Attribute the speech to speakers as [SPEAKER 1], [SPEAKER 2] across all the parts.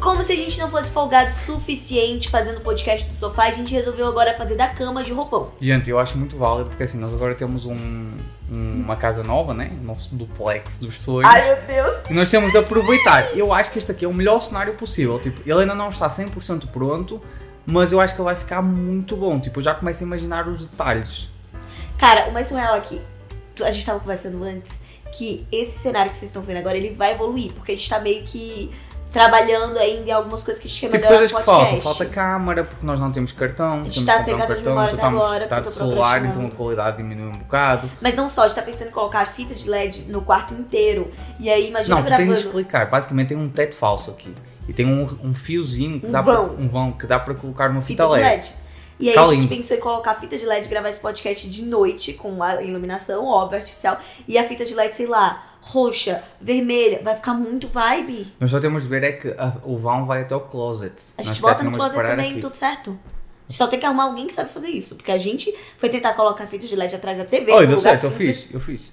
[SPEAKER 1] Como se a gente não fosse folgado o suficiente fazendo podcast do sofá, a gente resolveu agora fazer da cama de roupão.
[SPEAKER 2] Gente, eu acho muito válido, porque assim, nós agora temos um- um- uma casa nova, né? Nosso duplex dos sonhos.
[SPEAKER 1] Ai meu Deus!
[SPEAKER 2] E nós temos de aproveitar. Eu acho que este aqui é o melhor cenário possível. Tipo, ele ainda não está 100% pronto, mas eu acho que ele vai ficar muito bom. Tipo, eu já começo a imaginar os detalhes.
[SPEAKER 1] Cara, o mais surreal aqui, a gente tava conversando antes, que esse cenário que vocês estão vendo agora, ele vai evoluir, porque a gente tá meio que trabalhando ainda em algumas coisas que a gente quer
[SPEAKER 2] Tipo,
[SPEAKER 1] melhorar no
[SPEAKER 2] coisas que
[SPEAKER 1] podcast.
[SPEAKER 2] faltam. Falta câmara, porque nós não temos
[SPEAKER 1] gente
[SPEAKER 2] cartão. temos que
[SPEAKER 1] tá
[SPEAKER 2] comprar
[SPEAKER 1] sem cartão de memória até
[SPEAKER 2] estamos-
[SPEAKER 1] agora,
[SPEAKER 2] tá
[SPEAKER 1] porque
[SPEAKER 2] de
[SPEAKER 1] eu tô
[SPEAKER 2] celular,
[SPEAKER 1] procrastinando.
[SPEAKER 2] então a qualidade diminui um bocado.
[SPEAKER 1] Mas não só, a gente tá pensando em colocar as fitas de LED no quarto inteiro. E aí, imagina
[SPEAKER 2] Não, tu tem de
[SPEAKER 1] gravando.
[SPEAKER 2] explicar. Basicamente tem um teto falso aqui. E tem um, um fiozinho que
[SPEAKER 1] Um
[SPEAKER 2] dá pra,
[SPEAKER 1] vão.
[SPEAKER 2] um vão que dá pra colocar uma fita,
[SPEAKER 1] fita de
[SPEAKER 2] LED.
[SPEAKER 1] LED. E aí
[SPEAKER 2] Fica
[SPEAKER 1] a gente
[SPEAKER 2] lindo.
[SPEAKER 1] pensou em colocar a fita de LED e gravar esse podcast de noite com a iluminação, óbvio, artificial. E a fita de LED, sei lá, roxa, vermelha. Vai ficar muito vibe.
[SPEAKER 2] Nós só temos de ver é que a- o vão vai até o closet.
[SPEAKER 1] A
[SPEAKER 2] Nós
[SPEAKER 1] gente
[SPEAKER 2] já
[SPEAKER 1] bota no
[SPEAKER 2] temos de
[SPEAKER 1] closet
[SPEAKER 2] parar
[SPEAKER 1] também,
[SPEAKER 2] aqui.
[SPEAKER 1] tudo certo. A gente só tem que arrumar alguém que sabe fazer isso. Porque a gente foi tentar colocar a fita de LED atrás da TV.
[SPEAKER 2] Oi,
[SPEAKER 1] num
[SPEAKER 2] deu
[SPEAKER 1] lugar
[SPEAKER 2] certo, eu
[SPEAKER 1] simples.
[SPEAKER 2] fiz, eu fiz.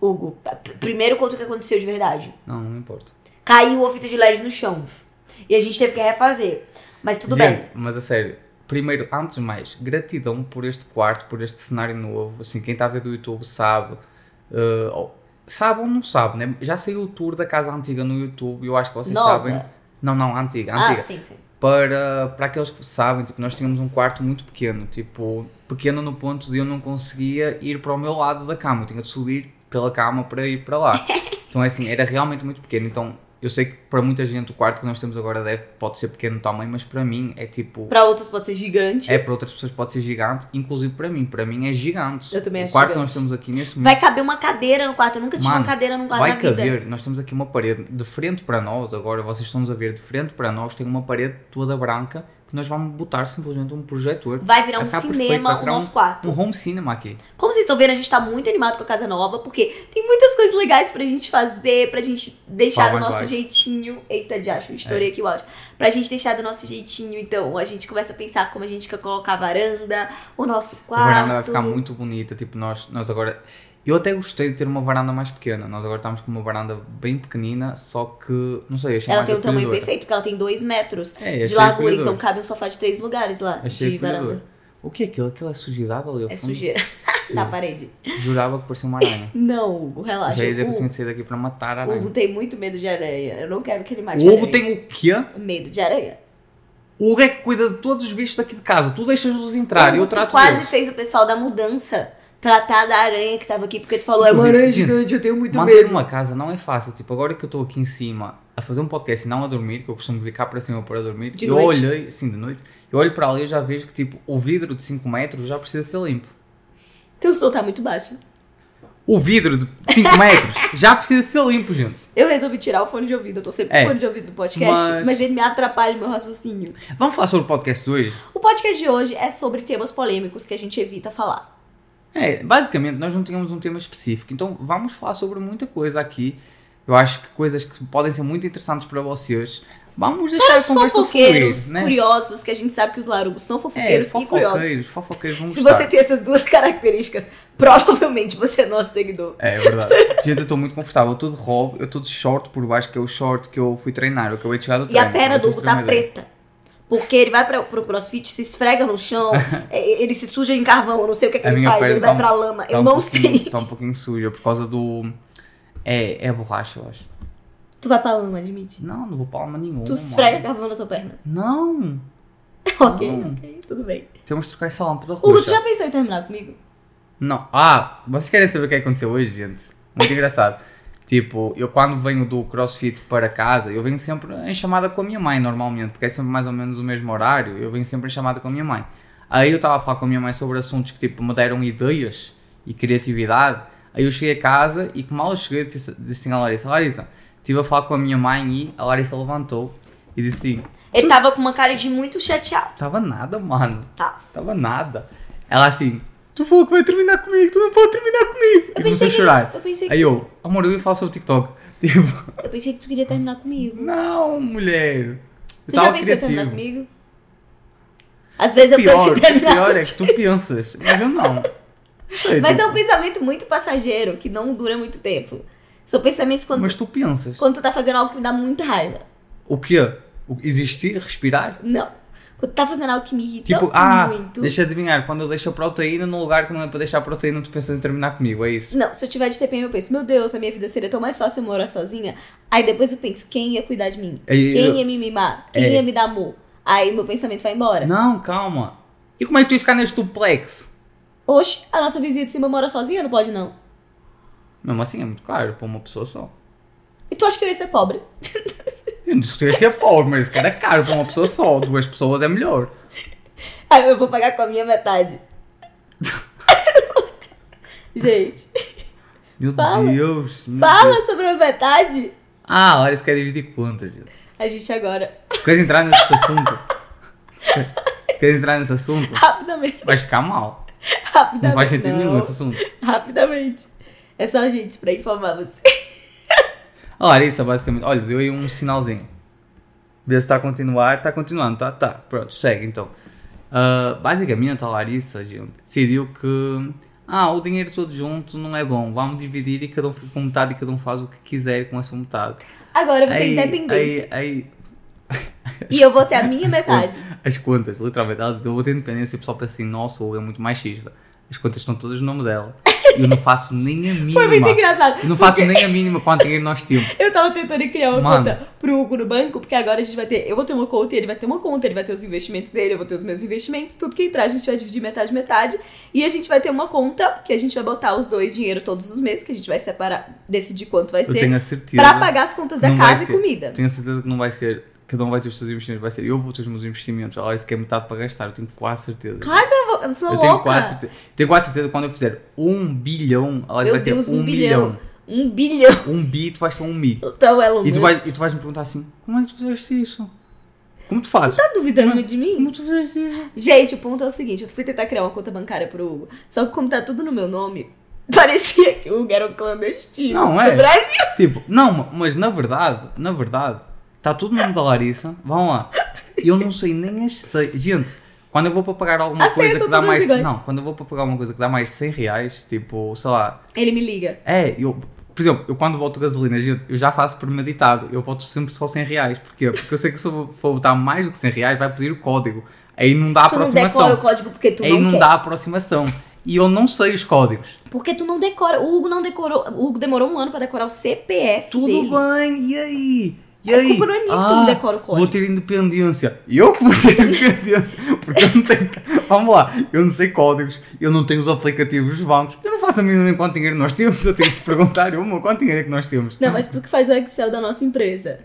[SPEAKER 1] Hugo, p- primeiro conta o que aconteceu de verdade.
[SPEAKER 2] Não, não importa.
[SPEAKER 1] Caiu a fita de LED no chão. E a gente teve que refazer. Mas tudo bem.
[SPEAKER 2] Gente, mas a sério, primeiro, antes de mais, gratidão por este quarto, por este cenário novo. Assim, quem está a ver do YouTube sabe. eh, ou- sabe ou não sabe, né? Já saiu o tour da casa antiga no YouTube, eu acho que vocês
[SPEAKER 1] Nova.
[SPEAKER 2] sabem. Não, não, antiga,
[SPEAKER 1] Ah,
[SPEAKER 2] antiga.
[SPEAKER 1] sim, sim.
[SPEAKER 2] para, para aqueles que sabem, tipo, nós tínhamos um quarto muito pequeno, tipo, pequeno no ponto de eu não conseguia ir para o meu lado da cama, eu tinha de subir pela cama para ir para lá. Então, é assim, era realmente muito pequeno. Então, eu sei que para muita gente o quarto que nós temos agora deve, pode ser pequeno também, mas para mim é tipo.
[SPEAKER 1] Pra outras pode ser gigante.
[SPEAKER 2] É, para outras pessoas pode ser gigante, inclusive para mim. Para mim é gigante.
[SPEAKER 1] Eu também acho
[SPEAKER 2] O quarto que
[SPEAKER 1] gigante.
[SPEAKER 2] nós temos aqui neste momento
[SPEAKER 1] Vai caber uma cadeira no quarto. Eu nunca tive
[SPEAKER 2] Mano,
[SPEAKER 1] uma cadeira num quarto
[SPEAKER 2] vai
[SPEAKER 1] na vida.
[SPEAKER 2] caber. Nós temos aqui uma parede de frente para nós, agora vocês estão-nos a ver de frente para nós, tem uma parede toda branca que nós vamos botar simplesmente um projetor.
[SPEAKER 1] Vai virar um
[SPEAKER 2] Vai ficar
[SPEAKER 1] cinema
[SPEAKER 2] perfeito, vai
[SPEAKER 1] o
[SPEAKER 2] virar
[SPEAKER 1] nosso quarto.
[SPEAKER 2] Um home cinema aqui.
[SPEAKER 1] Como vocês estão vendo, a gente tá muito animado com a casa nova, porque tem muitas coisas legais pra gente fazer, pra gente deixar
[SPEAKER 2] Vai,
[SPEAKER 1] do
[SPEAKER 2] vai,
[SPEAKER 1] nosso
[SPEAKER 2] vai.
[SPEAKER 1] jeitinho. Eita, de acho, estourei
[SPEAKER 2] É.
[SPEAKER 1] aqui o áudio. Pra gente deixar do nosso jeitinho, então, a gente começa a pensar como a gente quer colocar a varanda, o nosso quarto.
[SPEAKER 2] A varanda vai ficar muito bonita. Tipo, nós, nós agora. Eu até gostei de ter uma varanda mais pequena. Nós agora estamos com uma varanda bem pequenina, só que. Não sei, achei
[SPEAKER 1] Ela
[SPEAKER 2] mais
[SPEAKER 1] tem um tamanho
[SPEAKER 2] acolhedora.
[SPEAKER 1] perfeito, porque ela tem dois metros
[SPEAKER 2] É, achei
[SPEAKER 1] de largura,
[SPEAKER 2] acolhedor.
[SPEAKER 1] então cabe um sofá de três lugares lá,
[SPEAKER 2] Achei
[SPEAKER 1] de varanda.
[SPEAKER 2] acolhedor. O que é aquilo? Aquilo é sujidade ali ao
[SPEAKER 1] É
[SPEAKER 2] fundo?
[SPEAKER 1] sujeira na parede.
[SPEAKER 2] Jurava que parecia uma aranha.
[SPEAKER 1] Não, Hugo, relaxa.
[SPEAKER 2] Já ia dizer que
[SPEAKER 1] Hugo,
[SPEAKER 2] eu tinha de sair daqui para matar a
[SPEAKER 1] O
[SPEAKER 2] aranha.
[SPEAKER 1] Hugo tem muito medo de aranha. Eu não quero que ele mate
[SPEAKER 2] Tá O Hugo
[SPEAKER 1] aranhas.
[SPEAKER 2] tem um o quê?
[SPEAKER 1] medo de aranha.
[SPEAKER 2] O Hugo é que cuida de todos os bichos daqui de casa. Tu deixas-os entrar,
[SPEAKER 1] Hugo,
[SPEAKER 2] eu
[SPEAKER 1] tu
[SPEAKER 2] trato
[SPEAKER 1] É quase
[SPEAKER 2] deles.
[SPEAKER 1] fez o pessoal da mudança tratar da aranha que tava aqui, porque tu falou, é uma
[SPEAKER 2] Inclusive,
[SPEAKER 1] aranha
[SPEAKER 2] gente,
[SPEAKER 1] gigante, eu tenho muito
[SPEAKER 2] Manter
[SPEAKER 1] medo.
[SPEAKER 2] uma casa não é fácil. Tipo, agora que eu estou aqui em cima a fazer um podcast e não a dormir, que eu costumo vir cá para cima para dormir,
[SPEAKER 1] De
[SPEAKER 2] eu
[SPEAKER 1] noite.
[SPEAKER 2] olhei, assim, de noite, eu olho para ali e já vejo que, tipo, o vidro de 5 metros já precisa ser limpo.
[SPEAKER 1] Teu som tá muito baixo.
[SPEAKER 2] O vidro de 5 metros já precisa ser limpo, gente.
[SPEAKER 1] Eu resolvi tirar o fone de ouvido, eu tô sempre
[SPEAKER 2] É.
[SPEAKER 1] com fone de ouvido no podcast, mas...
[SPEAKER 2] Mas-
[SPEAKER 1] ele me atrapalha o meu raciocínio.
[SPEAKER 2] Vamos falar sobre o podcast de hoje?
[SPEAKER 1] O podcast de hoje é sobre temas polêmicos que a gente evita falar.
[SPEAKER 2] É, basicamente, nós não tínhamos um tema específico, então vamos falar sobre muita coisa aqui. Eu acho que coisas que podem ser muito interessantes para vocês. Vamos deixar
[SPEAKER 1] Para os
[SPEAKER 2] a conversa fluir,
[SPEAKER 1] fofoqueiros,
[SPEAKER 2] né?
[SPEAKER 1] curiosos, que a gente sabe que os larugos são
[SPEAKER 2] É,
[SPEAKER 1] fofoqueiros e curiosos.
[SPEAKER 2] fofoqueiros, fofoqueiros vão
[SPEAKER 1] Se
[SPEAKER 2] gostar.
[SPEAKER 1] você tem essas duas características, provavelmente você é nosso seguidor.
[SPEAKER 2] É, é verdade. Gente, eu estou muito confortável. Eu estou de robe, eu estou de short por baixo, que é o short que eu fui treinar. Eu acabei de chegar do
[SPEAKER 1] E
[SPEAKER 2] treino.
[SPEAKER 1] a perna do
[SPEAKER 2] pra É, vocês
[SPEAKER 1] Hugo
[SPEAKER 2] terem
[SPEAKER 1] tá
[SPEAKER 2] uma ideia.
[SPEAKER 1] preta. Porque ele vai pra, pro crossfit, se esfrega no chão, é, ele se suja em carvão, eu não sei o que, é que
[SPEAKER 2] A
[SPEAKER 1] ele
[SPEAKER 2] minha
[SPEAKER 1] faz,
[SPEAKER 2] pele
[SPEAKER 1] ele
[SPEAKER 2] tá
[SPEAKER 1] vai
[SPEAKER 2] um-
[SPEAKER 1] pra lama,
[SPEAKER 2] Tá
[SPEAKER 1] eu
[SPEAKER 2] um
[SPEAKER 1] não
[SPEAKER 2] pouquinho-
[SPEAKER 1] sei.
[SPEAKER 2] Tá um pouquinho suja por causa do. É, é a borracha, eu acho.
[SPEAKER 1] Tu vai pra lama, admite.
[SPEAKER 2] Não, não vou pra alma nenhuma.
[SPEAKER 1] Tu esfrega
[SPEAKER 2] mano.
[SPEAKER 1] carvão na tua perna.
[SPEAKER 2] Não!
[SPEAKER 1] ok,
[SPEAKER 2] Não.
[SPEAKER 1] ok, tudo bem.
[SPEAKER 2] Temos de trocar essa lâmpada
[SPEAKER 1] Hugo,
[SPEAKER 2] roxa.
[SPEAKER 1] tu já pensou em terminar comigo?
[SPEAKER 2] Não. Ah, vocês querem saber o que aconteceu hoje, gente? Muito engraçado. Tipo, eu quando venho do CrossFit para casa, eu venho sempre em chamada com a minha mãe, normalmente, porque é sempre mais ou menos o mesmo horário, eu venho sempre em chamada com a minha mãe. Aí eu estava a falar com a minha mãe sobre assuntos que, tipo, me deram ideias e criatividade. Aí eu cheguei a casa e, como mal eu cheguei, eu disse, disse assim à Larissa, Larissa, estive a falar com a minha mãe e a Larissa levantou e disse assim,
[SPEAKER 1] Ele tava com uma cara de muito chateado.
[SPEAKER 2] tava nada, mano.
[SPEAKER 1] Tá.
[SPEAKER 2] Tava nada. Ela assim, tu falou que vai terminar comigo, tu não pode terminar comigo.
[SPEAKER 1] Eu
[SPEAKER 2] e começou
[SPEAKER 1] pensei,
[SPEAKER 2] a
[SPEAKER 1] que,
[SPEAKER 2] chorar.
[SPEAKER 1] eu, pensei que,
[SPEAKER 2] Aí eu, amor, eu ia falar sobre o TikTok. Tipo,
[SPEAKER 1] eu pensei que tu queria terminar comigo.
[SPEAKER 2] não, mulher. Eu
[SPEAKER 1] Tu já
[SPEAKER 2] Hum. tava
[SPEAKER 1] pensou em
[SPEAKER 2] criativo.
[SPEAKER 1] terminar comigo? Às vezes eu penso
[SPEAKER 2] Pior,
[SPEAKER 1] em terminar
[SPEAKER 2] pior é
[SPEAKER 1] contigo.
[SPEAKER 2] que tu pensas, mas eu não. Sei,
[SPEAKER 1] Mas é
[SPEAKER 2] tipo,
[SPEAKER 1] um pensamento muito passageiro, que não dura muito tempo. São pensamentos quando tu
[SPEAKER 2] Mas tu pensas.
[SPEAKER 1] Quando tu tá fazendo algo que me dá muita raiva.
[SPEAKER 2] O quê? O- Existir, respirar.
[SPEAKER 1] Não. Quando tá fazendo algo que me irrita
[SPEAKER 2] Tipo, ah,
[SPEAKER 1] muito.
[SPEAKER 2] deixa de adivinhar, quando eu deixo a proteína num lugar que não é para deixar a proteína, tu pensas em terminar comigo, é isso?
[SPEAKER 1] Não, se eu tiver de TPM, eu penso, meu Deus, a minha vida seria tão mais fácil eu morar sozinha. Aí depois eu penso, quem ia cuidar de mim?
[SPEAKER 2] Aí
[SPEAKER 1] Quem
[SPEAKER 2] eu-
[SPEAKER 1] ia me mimar? Quem
[SPEAKER 2] É.
[SPEAKER 1] ia me dar amor? Aí meu pensamento vai embora.
[SPEAKER 2] Não, calma. E como é que tu ia ficar neste duplex?
[SPEAKER 1] Oxe, a nossa vizinha de cima mora sozinha, não pode não.
[SPEAKER 2] Mesmo assim, é muito caro para uma pessoa só.
[SPEAKER 1] E tu acha que eu ia ser pobre?
[SPEAKER 2] Eu não disse que tu ia ser pobre, mas esse cara é caro para uma pessoa só. Duas pessoas é melhor.
[SPEAKER 1] Aí eu vou pagar com a minha metade. Gente,
[SPEAKER 2] Meu
[SPEAKER 1] Fala.
[SPEAKER 2] Deus. meu Deus.
[SPEAKER 1] fala sobre a metade.
[SPEAKER 2] Ah, olha, isso quer dividir quantas, gente.
[SPEAKER 1] A gente agora,
[SPEAKER 2] Queres entrar nesse assunto? Queres entrar nesse assunto?
[SPEAKER 1] rapidamente,
[SPEAKER 2] Vais ficar mal.
[SPEAKER 1] rapidamente.
[SPEAKER 2] Não faz sentido
[SPEAKER 1] não.
[SPEAKER 2] nenhum assim. esse assunto.
[SPEAKER 1] Rapidamente. É só gente pra informar você.
[SPEAKER 2] Olha, isso é basicamente. Olha, deu aí um sinalzinho. Vê se está a continuar. Está continuando, tá? Tá. Pronto, segue então. Ah, basicamente, a Larissa, gente, decidiu que. Ah, o dinheiro todo junto não é bom. Vamos dividir e cada um fica com metade e cada um faz o que quiser com essa metade.
[SPEAKER 1] Agora eu vou ter
[SPEAKER 2] Aí,
[SPEAKER 1] independência.
[SPEAKER 2] aí, aí,
[SPEAKER 1] E eu vou ter a minha metade.
[SPEAKER 2] as contas, literalmente, ela diz, eu vou ter independência e o pessoal pensa assim, nossa, ou é muito machista. As contas estão todas no nome dela. E eu não faço nem a mínima.
[SPEAKER 1] Foi muito engraçado.
[SPEAKER 2] Eu não faço nem a mínima quanto dinheiro nós temos.
[SPEAKER 1] Eu tava tentando criar uma
[SPEAKER 2] Mano.
[SPEAKER 1] conta pro Hugo no banco, porque agora a gente vai ter. Eu vou ter uma conta, ele vai ter uma conta, ele vai ter os investimentos dele, eu vou ter os meus investimentos, tudo que entrar a gente vai dividir metade, metade. E a gente vai ter uma conta, que a gente vai botar os dois dinheiro todos os meses, que a gente vai separar, decidir quanto vai
[SPEAKER 2] Eu
[SPEAKER 1] ser,
[SPEAKER 2] tenho a certeza.
[SPEAKER 1] pra pagar as contas da
[SPEAKER 2] Não vai
[SPEAKER 1] casa e
[SPEAKER 2] ser.
[SPEAKER 1] comida.
[SPEAKER 2] Tenho a certeza que não vai ser. Cada um vai ter os seus investimentos. Vai ser eu vou ter os meus investimentos. Ela disse que é metade para gastar. Eu tenho quase certeza.
[SPEAKER 1] Claro que eu não vou. Eu sou
[SPEAKER 2] eu tenho
[SPEAKER 1] louca.
[SPEAKER 2] quase certeza. Tenho quase certeza que quando eu fizer um bilhão, ela
[SPEAKER 1] Meu
[SPEAKER 2] vai ter
[SPEAKER 1] Deus,
[SPEAKER 2] um,
[SPEAKER 1] um
[SPEAKER 2] milhão.
[SPEAKER 1] Um bilhão.
[SPEAKER 2] Um bi e tu vais ter um mi.
[SPEAKER 1] Então, Elon
[SPEAKER 2] E tu,
[SPEAKER 1] Musk,
[SPEAKER 2] vais, e tu vais me perguntar assim: como é que tu fizeste isso? Como tu fazes?
[SPEAKER 1] tá duvidando de mim?
[SPEAKER 2] Como tu fizeste isso?
[SPEAKER 1] Gente, o ponto é o seguinte, eu fui tentar criar uma conta bancária pro Hugo, só que como tá tudo no meu nome, parecia que o Hugo era um clandestino
[SPEAKER 2] Não, é.
[SPEAKER 1] do Brasil.
[SPEAKER 2] Tipo, não, ma- mas na verdade, na verdade, está tudo no nome da Larissa. Vão lá. Eu não sei nem as sei. Gente, quando eu vou para pagar alguma
[SPEAKER 1] As senhas
[SPEAKER 2] coisa
[SPEAKER 1] são
[SPEAKER 2] que dá
[SPEAKER 1] todas
[SPEAKER 2] mais.
[SPEAKER 1] iguais.
[SPEAKER 2] Não, quando eu vou para pagar uma coisa que dá mais 100 reais, tipo, sei lá.
[SPEAKER 1] Ele me liga.
[SPEAKER 2] É, eu. Por exemplo, eu quando boto gasolina, gente, eu já faço premeditado. Eu boto sempre só 100 reais. Porquê? Porque eu sei que se eu for botar mais do que 100 reais, vai pedir o código. Aí não dá
[SPEAKER 1] tu não
[SPEAKER 2] aproximação.
[SPEAKER 1] decora o código porque tu
[SPEAKER 2] Aí não,
[SPEAKER 1] não, quer.
[SPEAKER 2] dá aproximação. E eu não sei os códigos.
[SPEAKER 1] Porque tu não decora. O Hugo não decorou. O Hugo demorou um ano pra decorar o CPF
[SPEAKER 2] Tudo
[SPEAKER 1] dele.
[SPEAKER 2] bem, e aí? E
[SPEAKER 1] A
[SPEAKER 2] aí? Ah,
[SPEAKER 1] culpa não é minha que tu me decora o código.
[SPEAKER 2] Vou ter independência. Eu que vou ter independência. Porque eu não tenho. Vamos lá, eu não sei códigos, eu não tenho os aplicativos dos bancos, eu não faço a mínima em quanto dinheiro nós temos. Eu tenho de te perguntar, eu, meu, quanto dinheiro é que nós temos?
[SPEAKER 1] Não, mas tu que faz o Excel da nossa empresa.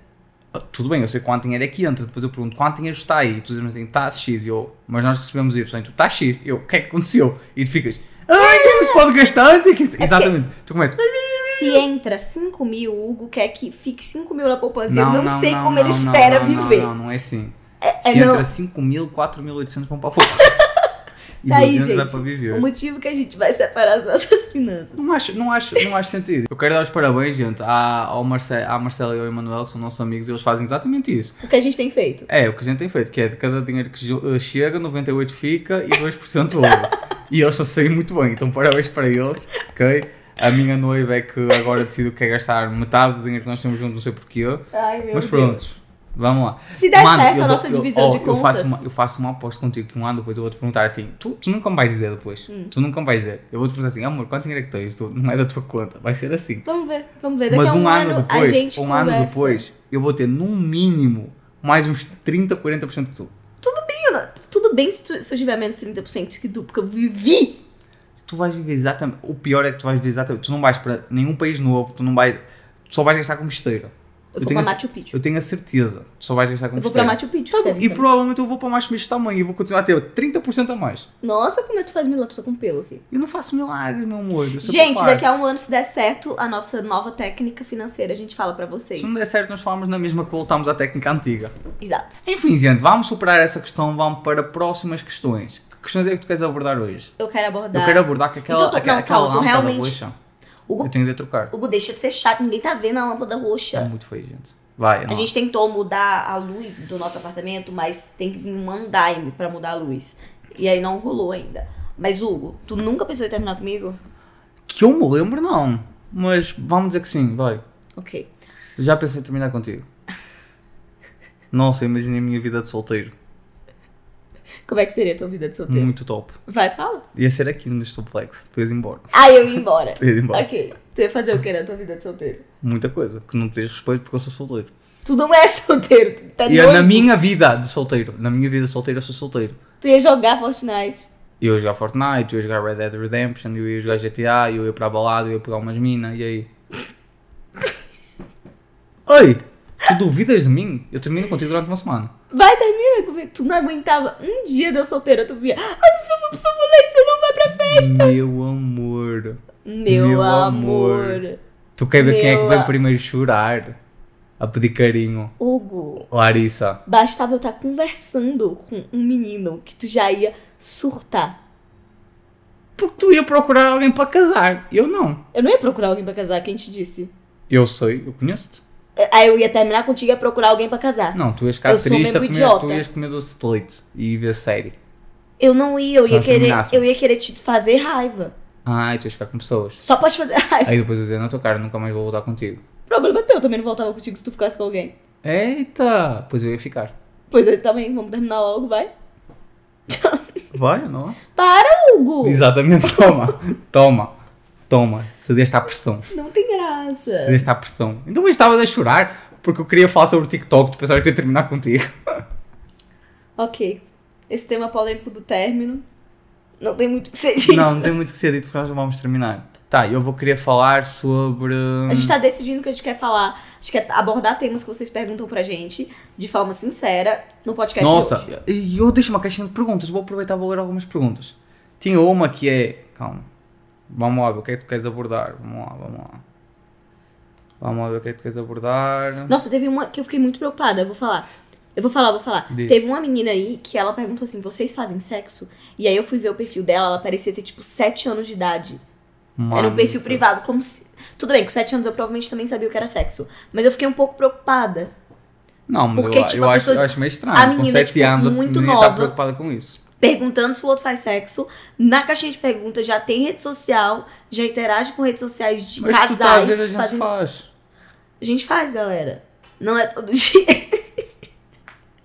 [SPEAKER 2] Ah, Tudo bem, eu sei quanto dinheiro é que entra. Depois eu pergunto quanto dinheiro está aí. E tu dizes assim, está X. E eu, mas nós recebemos Y. E tu, está X. E eu, o que é que aconteceu? E tu ficas, ai, isso não se pode gastar. não sei o que
[SPEAKER 1] É
[SPEAKER 2] isso." Exatamente. Tu começas,
[SPEAKER 1] Se entra 5 mil, o Hugo quer que fique 5 mil na poupança. eu não,
[SPEAKER 2] não,
[SPEAKER 1] sei
[SPEAKER 2] não,
[SPEAKER 1] como ele
[SPEAKER 2] não,
[SPEAKER 1] espera
[SPEAKER 2] não, não,
[SPEAKER 1] viver.
[SPEAKER 2] Não, não, é assim.
[SPEAKER 1] é
[SPEAKER 2] Se
[SPEAKER 1] não.
[SPEAKER 2] entra 5 mil, 4 mil, 800 vão para fora. E
[SPEAKER 1] Tá aí,
[SPEAKER 2] 200 vai
[SPEAKER 1] gente.
[SPEAKER 2] para
[SPEAKER 1] O
[SPEAKER 2] viver.
[SPEAKER 1] motivo que a gente vai separar as nossas finanças.
[SPEAKER 2] Não acho, não, acho, não acho sentido. Eu quero dar os parabéns, gente, à, ao Marce à Marcela e ao Emanuel, que são nossos amigos, e eles fazem exatamente isso.
[SPEAKER 1] O que a gente tem feito?
[SPEAKER 2] É, o que a gente tem feito, que é de cada dinheiro que jo- eh, chega, 98 fica e 2% ouve. e eles só saem muito bem, então parabéns para eles, ok? A minha noiva é que agora decidiu que quer gastar metade do dinheiro que nós temos juntos, não sei porquê.
[SPEAKER 1] Ai, meu
[SPEAKER 2] Mas
[SPEAKER 1] Deus.
[SPEAKER 2] pronto, vamos lá.
[SPEAKER 1] Se der
[SPEAKER 2] Mano,
[SPEAKER 1] certo
[SPEAKER 2] eu
[SPEAKER 1] a
[SPEAKER 2] dou-
[SPEAKER 1] nossa
[SPEAKER 2] eu-
[SPEAKER 1] divisão
[SPEAKER 2] ó,
[SPEAKER 1] de
[SPEAKER 2] Eu
[SPEAKER 1] contas.
[SPEAKER 2] faço, uma, eu faço uma aposta contigo que um ano depois eu vou te perguntar assim: tu, tu nunca me vais dizer depois.
[SPEAKER 1] Hum.
[SPEAKER 2] Tu nunca me vais dizer. Eu vou te perguntar assim: amor, quanto dinheiro é que tens? Tu, não é da tua conta. Vai ser assim.
[SPEAKER 1] Vamos ver, vamos ver. Daqui
[SPEAKER 2] Mas
[SPEAKER 1] a
[SPEAKER 2] um, ano,
[SPEAKER 1] a
[SPEAKER 2] depois,
[SPEAKER 1] gente
[SPEAKER 2] um ano
[SPEAKER 1] conversa.
[SPEAKER 2] depois, eu vou ter no mínimo mais uns 30, 40% que tu.
[SPEAKER 1] Menina, tudo bem se, tu- se eu tiver menos 30% que tu, porque eu vivi.
[SPEAKER 2] Tu vais viver exatamente. O pior é que tu vais viver exatamente. Tu não vais para nenhum país novo, tu não vais. Tu só vais gastar com besteira.
[SPEAKER 1] Eu,
[SPEAKER 2] Eu
[SPEAKER 1] vou
[SPEAKER 2] tenho
[SPEAKER 1] pra
[SPEAKER 2] esse-
[SPEAKER 1] Machu Picchu.
[SPEAKER 2] Eu tenho a certeza. Tu só vais gastar com
[SPEAKER 1] Eu vou pra
[SPEAKER 2] besteira.
[SPEAKER 1] Machu Picchu.
[SPEAKER 2] Tá bom,
[SPEAKER 1] Kevin,
[SPEAKER 2] e
[SPEAKER 1] também.
[SPEAKER 2] provavelmente eu vou para mais mesmo tamanho e vou continuar a ter 30% a mais.
[SPEAKER 1] Nossa, como é que tu faz milagre? Eu tô com pelo aqui.
[SPEAKER 2] Eu não faço milagre, meu amor. Eu sou
[SPEAKER 1] Gente,
[SPEAKER 2] capaz.
[SPEAKER 1] daqui a um ano, se der certo, a nossa nova técnica financeira, a gente fala pra vocês.
[SPEAKER 2] Se não é- der certo, nós falamos na mesma que voltamos à técnica antiga.
[SPEAKER 1] Exato.
[SPEAKER 2] Enfim, gente, vamos superar essa questão, vamos para próximas questões. Que questões é que tu queres abordar hoje?
[SPEAKER 1] Eu quero abordar.
[SPEAKER 2] Eu quero abordar com aquela,
[SPEAKER 1] Então, tu-
[SPEAKER 2] aquela,
[SPEAKER 1] não,
[SPEAKER 2] aquela
[SPEAKER 1] calma, tu
[SPEAKER 2] lâmpada
[SPEAKER 1] realmente-
[SPEAKER 2] roxa.
[SPEAKER 1] Hugo,
[SPEAKER 2] Eu tenho de trocar.
[SPEAKER 1] Hugo, deixa de ser chato, ninguém tá vendo a lâmpada
[SPEAKER 2] É
[SPEAKER 1] roxa.
[SPEAKER 2] muito feio, gente. Vai,
[SPEAKER 1] A gente tentou mudar a luz do nosso apartamento, mas tem que vir um andaime pra mudar a luz. E aí não rolou ainda. Mas, Hugo, tu nunca pensou em terminar comigo?
[SPEAKER 2] Que eu me lembro, não. Mas vamos dizer que sim, vai.
[SPEAKER 1] Ok.
[SPEAKER 2] Eu já pensei em terminar contigo. Nossa, eu imaginei a minha vida de solteiro.
[SPEAKER 1] Como é que seria a tua vida de solteiro?
[SPEAKER 2] Muito top.
[SPEAKER 1] Vai, fala.
[SPEAKER 2] Ia ser aqui no Stuplex, depois embora.
[SPEAKER 1] Ah, eu ia embora.
[SPEAKER 2] Tu ias embora.
[SPEAKER 1] ok. Tu ia fazer o que na tua vida de solteiro?
[SPEAKER 2] Muita coisa, que não te tens respeito porque eu sou solteiro.
[SPEAKER 1] Tu não é solteiro, tu tá
[SPEAKER 2] e eu,
[SPEAKER 1] doido.
[SPEAKER 2] na minha vida de solteiro, na minha vida de solteiro eu sou solteiro.
[SPEAKER 1] Tu ia jogar Fortnite.
[SPEAKER 2] Eu ia jogar Fortnite, eu ia jogar Red Dead Redemption, eu ia jogar GTA, eu ia para a balada, eu ia pegar umas minas, e aí? Oi! Tu duvidas de mim? Eu termino contigo durante uma semana.
[SPEAKER 1] Vai, termina comigo. Tu não aguentava um dia de eu solteira, tu via. Ai, por favor, por favor, Leite, não vai pra festa.
[SPEAKER 2] Meu amor.
[SPEAKER 1] Meu,
[SPEAKER 2] Meu amor.
[SPEAKER 1] amor.
[SPEAKER 2] Tu quer ver quem é que
[SPEAKER 1] Meu
[SPEAKER 2] vai
[SPEAKER 1] a-
[SPEAKER 2] primeiro chorar? A pedir carinho.
[SPEAKER 1] Hugo,
[SPEAKER 2] Larissa.
[SPEAKER 1] bastava eu estar conversando com um menino que tu já ia surtar.
[SPEAKER 2] Porque tu ia procurar alguém para casar. Eu não.
[SPEAKER 1] Eu não ia procurar alguém pra casar, quem te disse?
[SPEAKER 2] Eu sei, eu conheço-te.
[SPEAKER 1] É, Aí eu ia terminar contigo e ia procurar alguém pra casar.
[SPEAKER 2] Não, tu ias
[SPEAKER 1] Eu
[SPEAKER 2] ficar
[SPEAKER 1] sou
[SPEAKER 2] triste a
[SPEAKER 1] mesmo
[SPEAKER 2] comer, tu
[SPEAKER 1] idiota.
[SPEAKER 2] ias comer doce de leite e ver série.
[SPEAKER 1] Eu não ia, eu
[SPEAKER 2] Só
[SPEAKER 1] ia
[SPEAKER 2] se
[SPEAKER 1] querer,
[SPEAKER 2] terminasse.
[SPEAKER 1] eu ia querer te fazer raiva.
[SPEAKER 2] Ai, tu ias ficar com pessoas.
[SPEAKER 1] Só pode fazer raiva.
[SPEAKER 2] Aí depois eu dizia, não tua cara, nunca mais vou voltar contigo.
[SPEAKER 1] Problema teu, eu também não voltava contigo se tu ficasse com alguém.
[SPEAKER 2] Eita! Pois eu ia ficar.
[SPEAKER 1] Pois eu também, vamos terminar logo, vai.
[SPEAKER 2] Vai, não?
[SPEAKER 1] Para, Hugo!
[SPEAKER 2] Exatamente, toma. toma. Toma. Cedeste à pressão.
[SPEAKER 1] Não tem graça.
[SPEAKER 2] Cedeste à pressão. Então eu estava a chorar porque eu queria falar sobre o TikTok, tu pensavas que eu ia terminar contigo.
[SPEAKER 1] Ok. Esse tema polêmico do término. Não tem muito o que ser dito.
[SPEAKER 2] Não, não tem muito que ser dito porque nós não vamos terminar. Tá, eu vou querer falar sobre.
[SPEAKER 1] A gente tá decidindo o que a gente quer falar. A gente quer abordar temas que vocês perguntam pra gente de forma sincera no podcast. de hoje.
[SPEAKER 2] Nossa, e eu deixo uma caixinha de perguntas, vou aproveitar e vou ler algumas perguntas. Tinha uma que é. Calma. Vamos lá, ver o que é que tu queres abordar? Vamos lá, vamos lá. Vamos lá ver o que é que tu queres abordar.
[SPEAKER 1] Nossa, teve uma que eu fiquei muito preocupada. Eu vou falar. Eu vou falar, eu vou falar.
[SPEAKER 2] Diz.
[SPEAKER 1] Teve uma menina aí que ela perguntou assim: vocês fazem sexo? E aí eu fui ver o perfil dela, ela parecia ter tipo 7 anos de idade. era um
[SPEAKER 2] Mano,
[SPEAKER 1] perfil
[SPEAKER 2] isso-
[SPEAKER 1] privado, como se. Tudo bem, com 7 anos eu provavelmente também sabia o que era sexo. Mas eu fiquei um pouco preocupada.
[SPEAKER 2] Não, mas
[SPEAKER 1] Porque,
[SPEAKER 2] eu,
[SPEAKER 1] tipo,
[SPEAKER 2] eu
[SPEAKER 1] a
[SPEAKER 2] acho,
[SPEAKER 1] pessoa-
[SPEAKER 2] eu acho meio estranho.
[SPEAKER 1] a
[SPEAKER 2] com
[SPEAKER 1] menina,
[SPEAKER 2] 7
[SPEAKER 1] tipo,
[SPEAKER 2] anos,
[SPEAKER 1] muito
[SPEAKER 2] a menina tá
[SPEAKER 1] nova.
[SPEAKER 2] preocupada com isso.
[SPEAKER 1] perguntando se o outro faz sexo. Na caixinha de perguntas já tem rede social, já interage com redes sociais de
[SPEAKER 2] Mas se
[SPEAKER 1] casais.
[SPEAKER 2] tu tá a ver, a
[SPEAKER 1] que
[SPEAKER 2] gente
[SPEAKER 1] fazem-
[SPEAKER 2] faz.
[SPEAKER 1] A gente faz, galera. Não é todo dia.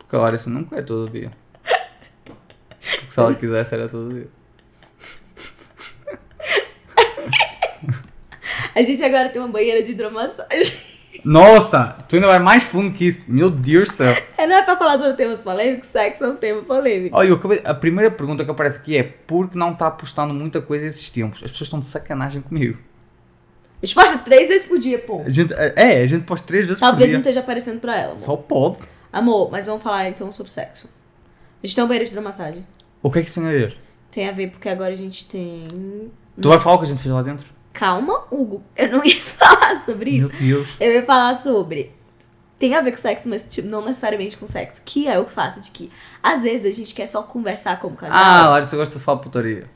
[SPEAKER 2] Porque a Larissa nunca é todo dia. Porque se ela quisesse era todo dia.
[SPEAKER 1] A gente agora tem uma banheira de hidromassagem.
[SPEAKER 2] Nossa, tu ainda vai mais fundo que isso. Meu Deus do céu.
[SPEAKER 1] É, Não é pra falar sobre temas polêmicos, sexo é um tema polêmico.
[SPEAKER 2] Olha, eu acabei- a primeira pergunta que aparece aqui é por que não está postando muita coisa esses tempos? As pessoas estão de sacanagem comigo.
[SPEAKER 1] Resposta três vezes por dia, pô.
[SPEAKER 2] A gente, é, a gente posta três vezes
[SPEAKER 1] Talvez não
[SPEAKER 2] por dia.
[SPEAKER 1] esteja aparecendo pra ela. Amor.
[SPEAKER 2] Só pode.
[SPEAKER 1] amor, mas vamos falar então sobre sexo. A gente tem uma banheira de hidromassagem.
[SPEAKER 2] O que é que isso tem a ver?
[SPEAKER 1] Tem a ver porque agora a gente tem.
[SPEAKER 2] Tu vai falar o que a gente fez lá dentro?
[SPEAKER 1] Calma, Hugo. Eu não ia falar sobre isso.
[SPEAKER 2] Meu Deus.
[SPEAKER 1] Eu ia falar sobre. Tem a ver com sexo, mas tipo, não necessariamente com sexo. Que é o fato de que, às vezes, a gente quer só conversar como
[SPEAKER 2] Ah,
[SPEAKER 1] casal.
[SPEAKER 2] Larissa gosta de falar putaria.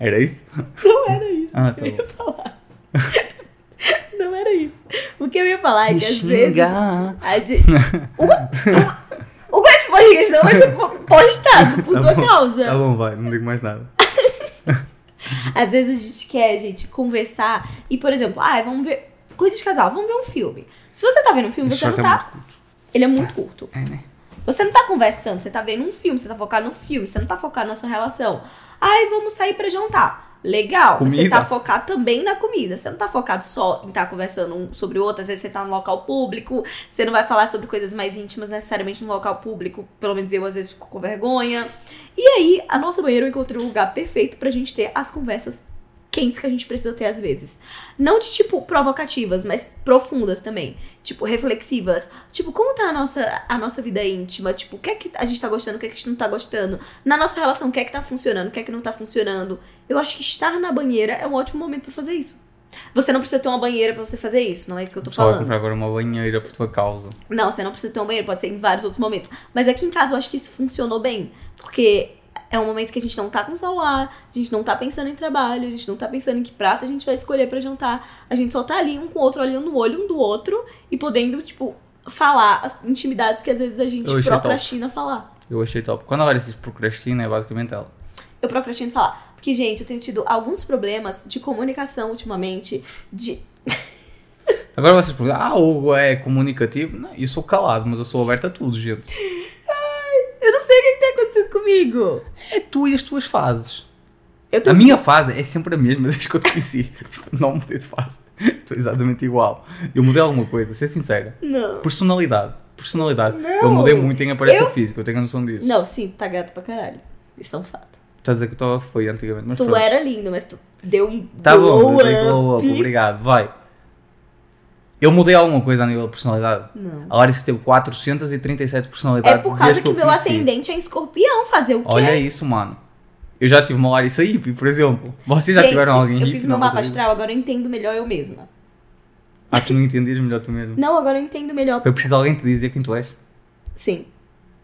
[SPEAKER 2] Era isso?
[SPEAKER 1] não era isso
[SPEAKER 2] Ah,
[SPEAKER 1] que
[SPEAKER 2] tá
[SPEAKER 1] eu ia
[SPEAKER 2] bom.
[SPEAKER 1] falar. não era isso. O que eu ia falar é que, às vezes,
[SPEAKER 2] Xingar.
[SPEAKER 1] a gente. O com esse podcast não vai ser postado por
[SPEAKER 2] Tá
[SPEAKER 1] tua
[SPEAKER 2] bom,
[SPEAKER 1] causa.
[SPEAKER 2] Tá bom, vai, não digo mais nada.
[SPEAKER 1] Às vezes a gente quer, gente, conversar e, por exemplo, ah, vamos ver. Coisa de casal, vamos ver um filme. Se você tá vendo um filme,
[SPEAKER 2] Esse
[SPEAKER 1] você não
[SPEAKER 2] short é
[SPEAKER 1] tá.
[SPEAKER 2] muito curto.
[SPEAKER 1] Ele é muito curto.
[SPEAKER 2] É, né?
[SPEAKER 1] Você não tá conversando, você tá vendo um filme, você tá focado no filme, você não tá focado na sua relação. Ai, vamos sair pra jantar. Legal, mas você
[SPEAKER 2] Comida.
[SPEAKER 1] tá focado também na comida. Você não tá focado só em estar conversando um sobre o outro. Às vezes você tá no local público, você não vai falar sobre coisas mais íntimas necessariamente no local público. Pelo menos eu às vezes fico com vergonha. E aí, a nossa banheira eu encontrei um lugar perfeito pra gente ter as conversas quentes que a gente precisa ter às vezes. Não de tipo provocativas, mas profundas também. Tipo, reflexivas. Tipo, como tá a nossa, a nossa vida íntima? Tipo, o que é que a gente tá gostando, o que é que a gente não tá gostando? Na nossa relação, o que é que tá funcionando, o que é que não tá funcionando? Eu acho que estar na banheira é um ótimo momento pra fazer isso. Você não precisa ter uma banheira pra você fazer isso, não é isso que eu tô
[SPEAKER 2] Só vai
[SPEAKER 1] falando.
[SPEAKER 2] comprar agora uma banheira por tua causa.
[SPEAKER 1] Não, você não precisa ter um banheiro, pode ser em vários outros momentos. Mas aqui em casa eu acho que isso funcionou bem. Porque é um momento que a gente não tá com celular, a gente não tá pensando em trabalho, a gente não tá pensando em que prato a gente vai escolher pra jantar. A gente só tá ali um com o outro, olhando no olho um do outro e podendo, tipo, falar as intimidades que às vezes a gente
[SPEAKER 2] Eu achei
[SPEAKER 1] procrastina falar.
[SPEAKER 2] Eu achei top. Quando a Larissa diz procrastina, é basicamente ela.
[SPEAKER 1] Eu procrastino falar. Porque, gente, eu tenho tido alguns problemas de comunicação ultimamente, de.
[SPEAKER 2] Agora vocês perguntam, ah, o Hugo é comunicativo? Não, eu sou calado, mas eu sou aberto a tudo, gente.
[SPEAKER 1] Eu não sei o que, que tem acontecido comigo.
[SPEAKER 2] É tu e as tuas fases.
[SPEAKER 1] Eu tô
[SPEAKER 2] A minha fase é sempre a mesma desde que eu te conheci. Tipo, não mudei de fase. Estou exatamente igual. Eu mudei alguma coisa, ser sincera.
[SPEAKER 1] Não.
[SPEAKER 2] Personalidade. Personalidade.
[SPEAKER 1] Não.
[SPEAKER 2] Eu mudei muito em aparência
[SPEAKER 1] Eu-
[SPEAKER 2] física, eu tenho a noção disso.
[SPEAKER 1] Não, sim, tá gato pra caralho. Isso é um fato.
[SPEAKER 2] Estás a dizer que eu estava feio antigamente, mas
[SPEAKER 1] tu
[SPEAKER 2] pronto.
[SPEAKER 1] era lindo, mas tu deu um
[SPEAKER 2] Tá
[SPEAKER 1] glow
[SPEAKER 2] bom, eu dei glow up,
[SPEAKER 1] up.
[SPEAKER 2] obrigado, vai. Eu mudei alguma coisa a nível de personalidade?
[SPEAKER 1] Não.
[SPEAKER 2] A Larissa teve 437
[SPEAKER 1] É
[SPEAKER 2] personalidades.
[SPEAKER 1] por
[SPEAKER 2] desde
[SPEAKER 1] causa que
[SPEAKER 2] eu
[SPEAKER 1] o meu
[SPEAKER 2] conheci.
[SPEAKER 1] ascendente é em escorpião, fazer o quê?
[SPEAKER 2] Olha isso, mano. Eu já tive uma Larissa hippie, por exemplo. Vocês já
[SPEAKER 1] Gente,
[SPEAKER 2] tiveram alguém
[SPEAKER 1] eu
[SPEAKER 2] hippie?
[SPEAKER 1] fiz meu
[SPEAKER 2] Não,
[SPEAKER 1] mapa
[SPEAKER 2] vocês-
[SPEAKER 1] astral, agora eu entendo melhor eu mesma.
[SPEAKER 2] Ah, tu não entendias melhor tu mesmo.
[SPEAKER 1] Não, agora eu entendo melhor.
[SPEAKER 2] Foi preciso alguém te dizer quem tu és.
[SPEAKER 1] Sim.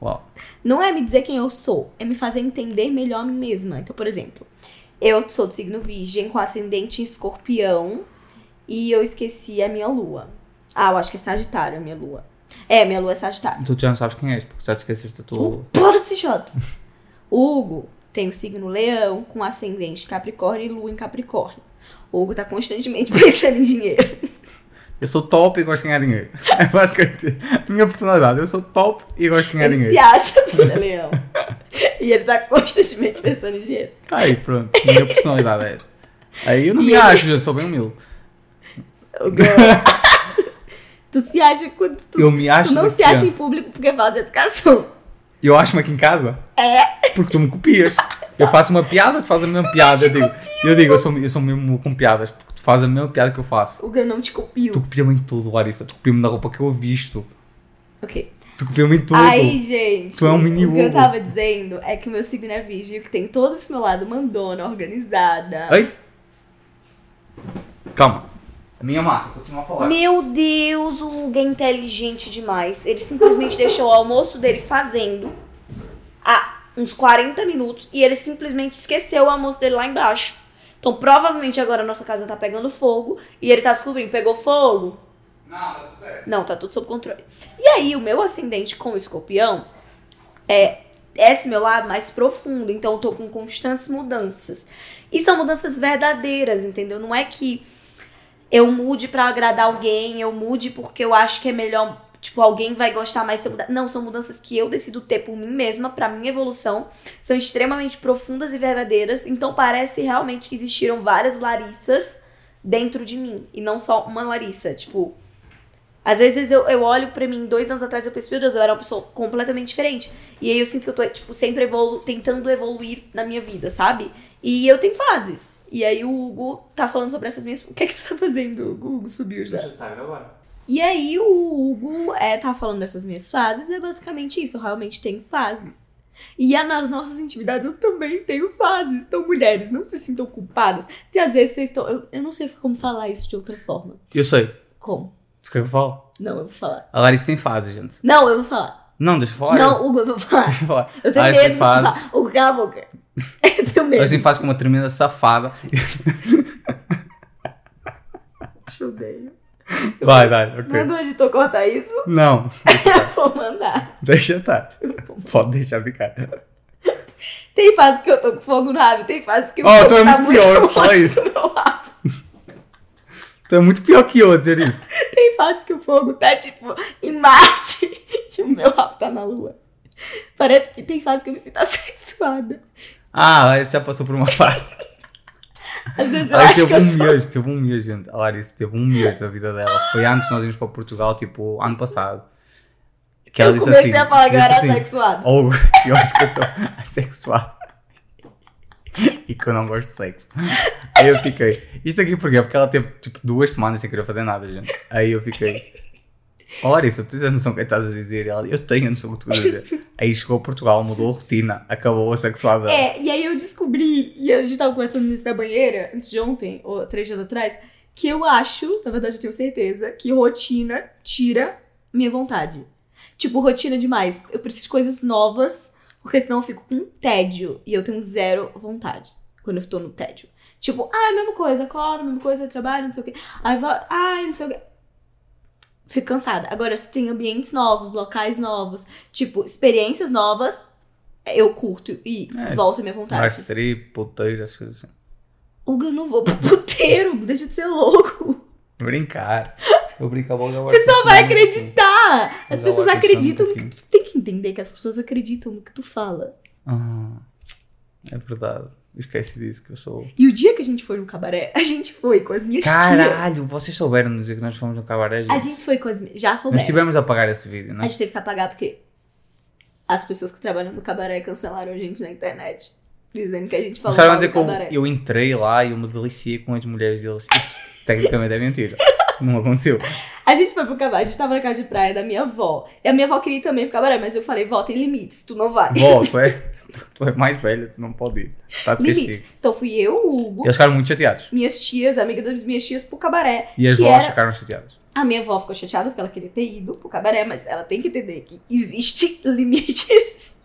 [SPEAKER 2] Uau.
[SPEAKER 1] Não é me dizer quem eu sou, é me fazer entender melhor a mim mesma. Então, por exemplo, eu sou do signo virgem com ascendente em escorpião e eu esqueci a minha lua. Ah, eu acho que é Sagitário a minha lua. É, minha lua é Sagitário.
[SPEAKER 2] Tu já não sabes quem és, porque já te esqueceste da tua lua.
[SPEAKER 1] Bora desse chato! O Hugo tem o signo leão com ascendente Capricórnio e lua em Capricórnio. O Hugo tá constantemente pensando em dinheiro.
[SPEAKER 2] Eu sou top e gosto de ganhar dinheiro. É basicamente a minha personalidade. Eu sou top e gosto de ganhar
[SPEAKER 1] Ele
[SPEAKER 2] dinheiro.
[SPEAKER 1] se acha filha leão. E ele tá constantemente pensando em dinheiro.
[SPEAKER 2] Tá aí, pronto. Minha personalidade é essa. Aí eu não
[SPEAKER 1] E
[SPEAKER 2] me
[SPEAKER 1] ele-
[SPEAKER 2] acho, eu sou bem humilde.
[SPEAKER 1] Hugo. tu se acha quando tu
[SPEAKER 2] Eu me acho. é.
[SPEAKER 1] Tu não
[SPEAKER 2] daqui
[SPEAKER 1] se
[SPEAKER 2] a-
[SPEAKER 1] acha em público porque fala de educação.
[SPEAKER 2] Eu acho-me aqui em casa. É. Porque tu me copias. Eu faço uma piada, tu fazes a mesma piada. Eu digo, eu, digo eu, sou, eu sou mesmo com piadas, porque tu fazes a mesma piada que eu faço.
[SPEAKER 1] O que eu não te copio.
[SPEAKER 2] Tu copia-me em tudo, Larissa. Tu copia-me na roupa que eu visto.
[SPEAKER 1] Ok.
[SPEAKER 2] Tu copia-me em tudo.
[SPEAKER 1] Aí, gente.
[SPEAKER 2] Tu é um mini
[SPEAKER 1] O que eu
[SPEAKER 2] Hugo.
[SPEAKER 1] tava dizendo é que o meu signo é virgem, que tem todo esse meu lado mandona, organizada.
[SPEAKER 2] Ei. Calma. A minha massa, continua a falar.
[SPEAKER 1] Meu Deus, o Hugo é inteligente demais. Ele simplesmente deixou o almoço dele fazendo há uns 40 minutos e ele simplesmente esqueceu o almoço dele lá embaixo. Então, provavelmente agora a nossa casa tá pegando fogo e ele tá descobrindo, pegou fogo?
[SPEAKER 2] Não, tá tudo certo.
[SPEAKER 1] Não, tá tudo sob controle. E aí, o meu ascendente com o escorpião é esse meu lado mais profundo. Então, eu tô com constantes mudanças. E são mudanças verdadeiras, entendeu? Não é que eu mude pra agradar alguém, eu mude porque eu acho que é melhor. Tipo, alguém vai gostar mais se eu mudar. Não, são mudanças que eu decido ter por mim mesma, pra minha evolução. São extremamente profundas e verdadeiras. Então, parece realmente que existiram várias Larissas dentro de mim. E não só uma Larissa. Tipo, às vezes eu, eu olho pra mim dois anos atrás e eu penso, meu Deus, eu era uma pessoa completamente diferente. E aí eu sinto que eu tô, tipo, sempre evolu tentando evoluir na minha vida, sabe? E eu tenho fases. E aí o Hugo tá falando sobre essas minhas. O que é que você tá fazendo, Hugo? O Hugo subiu já.
[SPEAKER 2] está agora.
[SPEAKER 1] E aí o Hugo é, tá falando dessas minhas fases, é basicamente isso, eu realmente tenho fases. E é nas nossas intimidades eu também tenho fases. Então, mulheres, não se sintam culpadas. Se às vezes vocês estão. Eu, eu não sei como falar isso de outra forma.
[SPEAKER 2] Eu sei. O
[SPEAKER 1] Como?
[SPEAKER 2] que é que eu falo?
[SPEAKER 1] Não, eu vou falar.
[SPEAKER 2] A Larissa tem fases, gente.
[SPEAKER 1] Não, eu vou falar.
[SPEAKER 2] Não, deixa eu falar.
[SPEAKER 1] Não, Hugo, eu vou falar.
[SPEAKER 2] Deixa eu falar.
[SPEAKER 1] Eu tenho
[SPEAKER 2] Larissa
[SPEAKER 1] medo
[SPEAKER 2] tem
[SPEAKER 1] de
[SPEAKER 2] fases.
[SPEAKER 1] falar. Hugo, cala a boca. Eu tenho medo.
[SPEAKER 2] Elas têm fase com uma tremenda safada.
[SPEAKER 1] Te odeio.
[SPEAKER 2] Vai, vai, ok.
[SPEAKER 1] Manda o editor cortar isso,
[SPEAKER 2] Não,
[SPEAKER 1] eu vou mandar.
[SPEAKER 2] deixa estar. Pode deixar ficar.
[SPEAKER 1] Tem fase que eu tô com fogo no rabo, tem fase que o
[SPEAKER 2] Oh,
[SPEAKER 1] fogo
[SPEAKER 2] tu é
[SPEAKER 1] tá
[SPEAKER 2] muito pior,
[SPEAKER 1] longe
[SPEAKER 2] fala isso.
[SPEAKER 1] do meu rabo.
[SPEAKER 2] Tu é muito pior que eu a dizer isso.
[SPEAKER 1] Tem fase que o fogo tá, tipo, em Marte e o meu rabo tá na Lua. Parece que tem fase que eu me sinto assexuada.
[SPEAKER 2] Ah, a Larissa já passou por uma fase.
[SPEAKER 1] Às vezes
[SPEAKER 2] A
[SPEAKER 1] eu
[SPEAKER 2] Larissa
[SPEAKER 1] acho que
[SPEAKER 2] teve
[SPEAKER 1] eu
[SPEAKER 2] um
[SPEAKER 1] sou...
[SPEAKER 2] mês, teve um mês, gente. A Larissa teve um mês da vida dela. Foi antes de nós irmos para Portugal, tipo, ano passado. Que
[SPEAKER 1] Eu comecei a falar que eu era
[SPEAKER 2] disse assim,
[SPEAKER 1] assexuada.
[SPEAKER 2] Ou eu acho que eu sou assexual. e que eu não gosto de sexo. Aí eu fiquei. Isto aqui porquê? Porque ela teve tipo duas semanas sem querer fazer nada, gente. Aí eu fiquei. Olha isso, tu tens a noção do que estás a dizer? E Ela, eu tenho a noção do que tu estás a dizer. Aí chegou a Portugal, mudou a rotina, acabou a sexuada.
[SPEAKER 1] É, e aí eu descobri, e a gente tava conversando nisso da banheira, antes de ontem, ou três dias atrás, que eu acho, na verdade eu tenho certeza, que rotina tira minha vontade. Tipo, rotina demais. Eu preciso de coisas novas, porque senão eu fico com tédio. E eu tenho zero vontade quando eu tô no tédio. Tipo, ah, mesma coisa, acordo, mesma coisa, trabalho, não sei o quê. Aí vou, ai, não sei o quê. Fico cansada. Agora, se tem ambientes novos, locais novos, tipo, experiências novas, eu curto e
[SPEAKER 2] É,
[SPEAKER 1] volto à minha
[SPEAKER 2] Bar
[SPEAKER 1] vontade.
[SPEAKER 2] strip, puteiro, essas coisas assim.
[SPEAKER 1] Hugo, eu não vou pro puteiro, Hugo, deixa de ser louco.
[SPEAKER 2] Brincar. Eu brinco logo
[SPEAKER 1] A
[SPEAKER 2] agora.
[SPEAKER 1] pessoa vai acreditar! As
[SPEAKER 2] Mas
[SPEAKER 1] pessoas
[SPEAKER 2] ela acredita
[SPEAKER 1] acreditam no
[SPEAKER 2] um
[SPEAKER 1] que
[SPEAKER 2] pouquinho.
[SPEAKER 1] tu tem que entender, que as pessoas acreditam no que tu fala.
[SPEAKER 2] Ah, é verdade. Esquece disso que eu sou.
[SPEAKER 1] E o dia que a gente foi no cabaré, a gente foi com as minhas tias.
[SPEAKER 2] Caralho, vocês souberam dizer que nós fomos no cabaré?
[SPEAKER 1] A gente foi com as minhas. Já souberam.
[SPEAKER 2] Nós tivemos a apagar esse vídeo, não
[SPEAKER 1] A
[SPEAKER 2] é?
[SPEAKER 1] gente teve que apagar porque as pessoas que trabalham no cabaré cancelaram a gente na internet. Dizendo que a gente falou
[SPEAKER 2] Começaram a
[SPEAKER 1] mal
[SPEAKER 2] dizer
[SPEAKER 1] do
[SPEAKER 2] é que eu,
[SPEAKER 1] cabaré.
[SPEAKER 2] eu entrei lá e eu me deliciei com as mulheres deles. Isso tecnicamente é mentira. Não aconteceu.
[SPEAKER 1] A gente foi pro cabaré, a gente tava na casa de praia da minha avó. E a minha avó queria ir também pro cabaré, mas eu falei, vó, tem limites, tu não vai.
[SPEAKER 2] Vó, tu é, tu- tu é mais velha, tu não pode ir. Está de
[SPEAKER 1] limites.
[SPEAKER 2] castigo.
[SPEAKER 1] Então fui eu, o Hugo,
[SPEAKER 2] Eles ficaram muito chateados.
[SPEAKER 1] minhas tias, amiga das minhas tias, pro cabaré.
[SPEAKER 2] E as
[SPEAKER 1] Que
[SPEAKER 2] vós
[SPEAKER 1] era-
[SPEAKER 2] ficaram chateadas.
[SPEAKER 1] A minha avó ficou chateada porque ela queria ter ido pro cabaré, mas ela tem que entender que existe limites.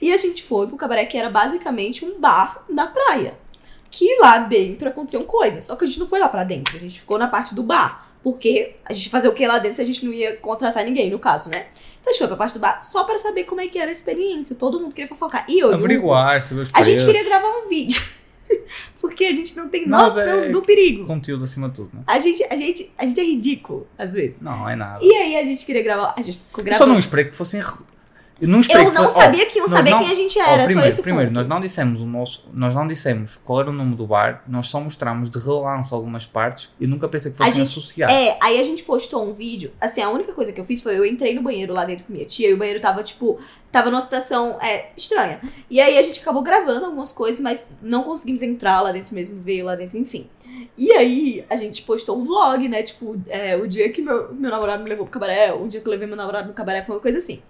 [SPEAKER 1] E a gente foi pro cabaré, que era basicamente um bar na praia. Que lá dentro aconteciam coisas, só que a gente não foi lá pra dentro, a gente ficou na parte do bar. Porque a gente fazia o que lá dentro se a gente não ia contratar ninguém, no caso, né? Então a gente foi pra parte do bar só pra saber como é que era a experiência. Todo mundo queria fofocar. E eu, e o Hugo,
[SPEAKER 2] Averiguar, saber os
[SPEAKER 1] a gente
[SPEAKER 2] preços,
[SPEAKER 1] queria gravar um vídeo. porque a gente não tem
[SPEAKER 2] Mas
[SPEAKER 1] noção
[SPEAKER 2] é-
[SPEAKER 1] do perigo.
[SPEAKER 2] Conteúdo acima de tudo, né?
[SPEAKER 1] A gente, a, gente, a gente é ridículo, às vezes.
[SPEAKER 2] Não, é nada.
[SPEAKER 1] E aí a gente queria gravar. A gente ficou
[SPEAKER 2] Eu só
[SPEAKER 1] gravando.
[SPEAKER 2] não esperei que fossem. re- Eu não, esperei
[SPEAKER 1] eu
[SPEAKER 2] que
[SPEAKER 1] não
[SPEAKER 2] fosse- ó,
[SPEAKER 1] sabia que iam
[SPEAKER 2] nós
[SPEAKER 1] saber
[SPEAKER 2] não-
[SPEAKER 1] quem a gente
[SPEAKER 2] ó,
[SPEAKER 1] era,
[SPEAKER 2] primeiro,
[SPEAKER 1] só isso.
[SPEAKER 2] primeiro,
[SPEAKER 1] ponto.
[SPEAKER 2] nós não dissemos o nosso, nós não dissemos qual era o nome do bar, nós só mostramos de relance algumas partes e nunca pensei que
[SPEAKER 1] A
[SPEAKER 2] fossem
[SPEAKER 1] gente-
[SPEAKER 2] associadas.
[SPEAKER 1] É, aí a gente postou um vídeo. Assim, a única coisa que eu fiz foi eu entrei no banheiro lá dentro com minha tia e o banheiro tava, tipo, tava numa situação é, estranha. E aí a gente acabou gravando algumas coisas, mas não conseguimos entrar lá dentro mesmo, ver lá dentro, enfim. E aí a gente postou um vlog, né? Tipo, é, o dia que meu, meu namorado me levou pro cabaré, o dia que eu levei meu namorado no cabaré, foi uma coisa assim.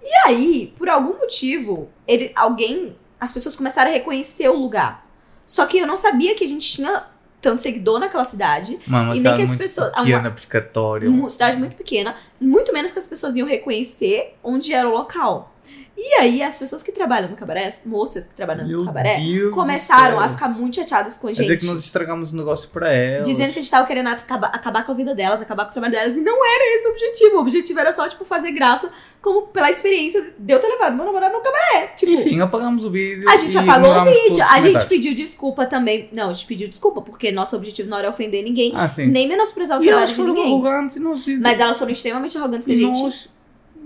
[SPEAKER 1] E aí, por algum motivo, ele, alguém, as pessoas começaram a reconhecer o lugar. Só que eu não sabia que a gente tinha tanto seguidor naquela cidade.
[SPEAKER 2] Mano,
[SPEAKER 1] e
[SPEAKER 2] uma
[SPEAKER 1] nem
[SPEAKER 2] cidade
[SPEAKER 1] que as
[SPEAKER 2] muito
[SPEAKER 1] pessoas- é uma-
[SPEAKER 2] pequena, pescatória.
[SPEAKER 1] Mu- cidade muito pequena, muito menos que as pessoas iam reconhecer onde era o local. E aí, as pessoas que trabalham no cabaré, as moças que trabalham
[SPEAKER 2] Meu
[SPEAKER 1] no cabaré,
[SPEAKER 2] Deus do
[SPEAKER 1] começaram
[SPEAKER 2] céu. É
[SPEAKER 1] a ficar muito chateadas com a
[SPEAKER 2] A dizer que
[SPEAKER 1] gente.
[SPEAKER 2] nós estragamos o negócio para ela.
[SPEAKER 1] Dizendo que a gente tava querendo acabar, acabar com a vida delas, acabar com o trabalho delas. E não era esse o objetivo. O objetivo era só, tipo, fazer graça, como pela experiência de eu ter levado meu namorado no cabaré. Tipo,
[SPEAKER 2] Enfim, apagamos o vídeo.
[SPEAKER 1] a gente
[SPEAKER 2] e
[SPEAKER 1] apagou o
[SPEAKER 2] ignoramos todos
[SPEAKER 1] vídeo.
[SPEAKER 2] os
[SPEAKER 1] A gente
[SPEAKER 2] comentários.
[SPEAKER 1] pediu desculpa também. Não, a gente pediu desculpa, porque nosso objetivo não era ofender ninguém,
[SPEAKER 2] Ah, sim.
[SPEAKER 1] nem menosprezar o
[SPEAKER 2] E
[SPEAKER 1] trabalho
[SPEAKER 2] elas
[SPEAKER 1] de
[SPEAKER 2] foram
[SPEAKER 1] ninguém.
[SPEAKER 2] arrogantes e nós.
[SPEAKER 1] Mas elas foram extremamente arrogantes que a
[SPEAKER 2] e
[SPEAKER 1] gente.
[SPEAKER 2] nós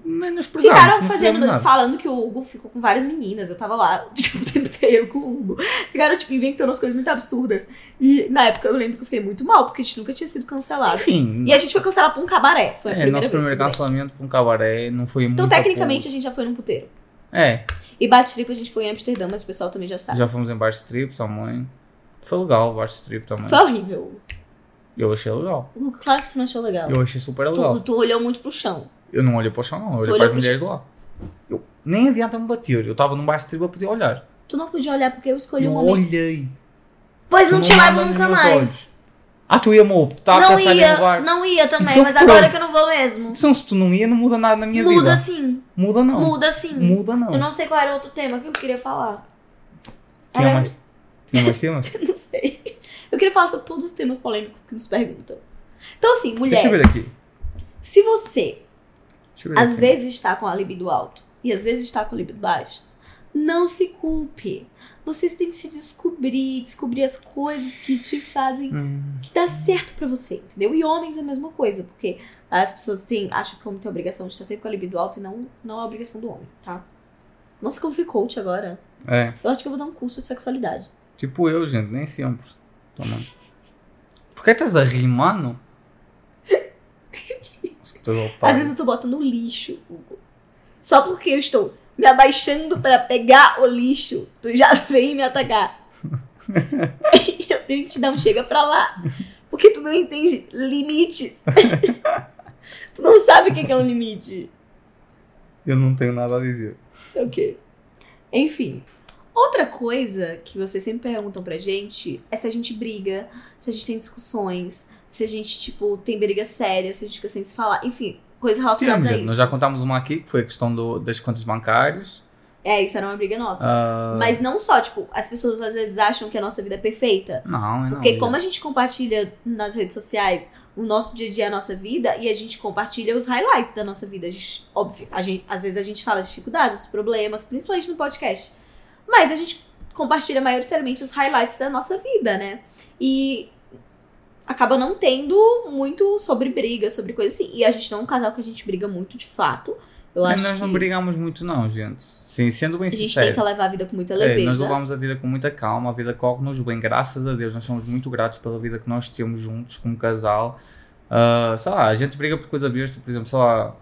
[SPEAKER 2] menosprezamos.
[SPEAKER 1] Ficaram
[SPEAKER 2] não
[SPEAKER 1] fazendo,
[SPEAKER 2] fizemos nada.
[SPEAKER 1] falando que o Hugo ficou com várias meninas. Eu tava lá tipo, o tempo inteiro com o Hugo. Ficaram, tipo, inventando umas coisas muito absurdas. E na época eu lembro que eu fiquei muito mal, porque a gente nunca tinha sido cancelado.
[SPEAKER 2] Enfim,
[SPEAKER 1] E a gente foi cancelado por um cabaré. Foi a
[SPEAKER 2] É,
[SPEAKER 1] primeira
[SPEAKER 2] nosso
[SPEAKER 1] vez.
[SPEAKER 2] primeiro
[SPEAKER 1] também.
[SPEAKER 2] cancelamento pra um cabaré não foi muito.
[SPEAKER 1] então, tecnicamente, a gente já foi num puteiro.
[SPEAKER 2] É,
[SPEAKER 1] E bate-trip a gente foi em Amsterdã, mas o pessoal também já sabe.
[SPEAKER 2] já fomos em bar strip também. Foi legal o bar strip também.
[SPEAKER 1] Foi horrível.
[SPEAKER 2] Eu achei legal.
[SPEAKER 1] Hugo, Claro que tu não achou legal.
[SPEAKER 2] Eu achei super legal.
[SPEAKER 1] Tu, tu olhou muito pro chão.
[SPEAKER 2] Eu não olhei para o chão, não. Eu
[SPEAKER 1] Tu
[SPEAKER 2] olhei para
[SPEAKER 1] olhou
[SPEAKER 2] as
[SPEAKER 1] pro
[SPEAKER 2] mulheres lá. Eu, nem adianta me bater. Eu estava num bar strip a poder olhar.
[SPEAKER 1] Tu não podia olhar porque eu escolhi
[SPEAKER 2] eu
[SPEAKER 1] um momento.
[SPEAKER 2] olhei.
[SPEAKER 1] Pois
[SPEAKER 2] Tu
[SPEAKER 1] não,
[SPEAKER 2] não
[SPEAKER 1] te levo
[SPEAKER 2] olha
[SPEAKER 1] nunca
[SPEAKER 2] nos meus
[SPEAKER 1] mais.
[SPEAKER 2] olhos. Ah, tu ia, amor. Tava
[SPEAKER 1] não
[SPEAKER 2] pensando em um
[SPEAKER 1] ia,
[SPEAKER 2] bar.
[SPEAKER 1] não ia também,
[SPEAKER 2] Então
[SPEAKER 1] mas agora
[SPEAKER 2] pronto.
[SPEAKER 1] que eu não vou mesmo.
[SPEAKER 2] Não, se tu não ia, não muda nada na minha
[SPEAKER 1] Muda assim.
[SPEAKER 2] vida.
[SPEAKER 1] sim.
[SPEAKER 2] Muda não.
[SPEAKER 1] Muda sim.
[SPEAKER 2] Muda não.
[SPEAKER 1] Eu não sei qual era o outro tema que eu queria falar.
[SPEAKER 2] Tinha
[SPEAKER 1] Era-
[SPEAKER 2] mais. Tinha mais temas?
[SPEAKER 1] Eu não sei. Eu queria falar sobre todos os temas polêmicos que nos perguntam. Então, assim, mulheres.
[SPEAKER 2] Deixa eu ver aqui.
[SPEAKER 1] Se você,
[SPEAKER 2] Deixa eu ver
[SPEAKER 1] às
[SPEAKER 2] aqui.
[SPEAKER 1] vezes, está com a libido alto e às vezes está com a libido baixo, não se culpe. Vocês têm que se descobrir, descobrir as coisas que te fazem
[SPEAKER 2] Hum,
[SPEAKER 1] que dá certo pra você, entendeu? E homens é a mesma coisa, porque as pessoas têm, acham que homem tem a obrigação de estar sempre com a libido alta e não, não é a obrigação do homem, tá? Nossa, como eu fui coach agora.
[SPEAKER 2] é.
[SPEAKER 1] Eu acho que eu vou dar um curso de sexualidade.
[SPEAKER 2] Tipo eu, gente, nem sempre. Também. Por que estás a rir, mano? Nossa, que tu é otário.
[SPEAKER 1] Às vezes eu tô botando no lixo, Hugo. Só porque eu estou me abaixando pra pegar o lixo, tu já vem me atacar. eu tenho que te dar um chega pra lá. Porque tu não entende limites. tu não sabe o que que é um limite.
[SPEAKER 2] Eu não tenho nada a dizer.
[SPEAKER 1] Ok. Enfim. Outra coisa que vocês sempre perguntam pra gente é se a gente briga, se a gente tem discussões, se a gente, tipo, tem briga séria, se a gente fica sem se falar. Enfim, coisas relacionadas
[SPEAKER 2] Sim,
[SPEAKER 1] a
[SPEAKER 2] gente,
[SPEAKER 1] isso.
[SPEAKER 2] nós já contámos uma aqui, que foi a questão do- das contas bancárias.
[SPEAKER 1] É, isso era uma briga nossa.
[SPEAKER 2] Ah,
[SPEAKER 1] Mas não só, tipo, as pessoas às vezes acham que a nossa vida é perfeita.
[SPEAKER 2] Não, é não.
[SPEAKER 1] Porque
[SPEAKER 2] gente.
[SPEAKER 1] como a gente compartilha nas redes sociais o nosso dia a dia, a nossa vida, e a gente compartilha os highlights da nossa vida. A gente, óbvio, a gente, às vezes a gente fala as dificuldades, os problemas, principalmente no podcast. Mas a gente compartilha maioritariamente os highlights da nossa vida, né? E acaba não tendo muito sobre briga, sobre coisa assim. E a gente não é um casal que a gente briga muito de fato. Eu
[SPEAKER 2] Mas
[SPEAKER 1] acho
[SPEAKER 2] nós
[SPEAKER 1] que
[SPEAKER 2] não brigamos muito, não, gente. Sim, sendo bem
[SPEAKER 1] a gente
[SPEAKER 2] sincero.
[SPEAKER 1] tenta levar a né? vida com muita
[SPEAKER 2] É, nós
[SPEAKER 1] leveza.
[SPEAKER 2] levamos a vida com muita calma, a vida corre-nos bem, graças a Deus. Nós somos muito gratos pela vida que nós temos juntos, como casal. Ah, sei lá, a gente briga por coisa besta, por exemplo, sei lá,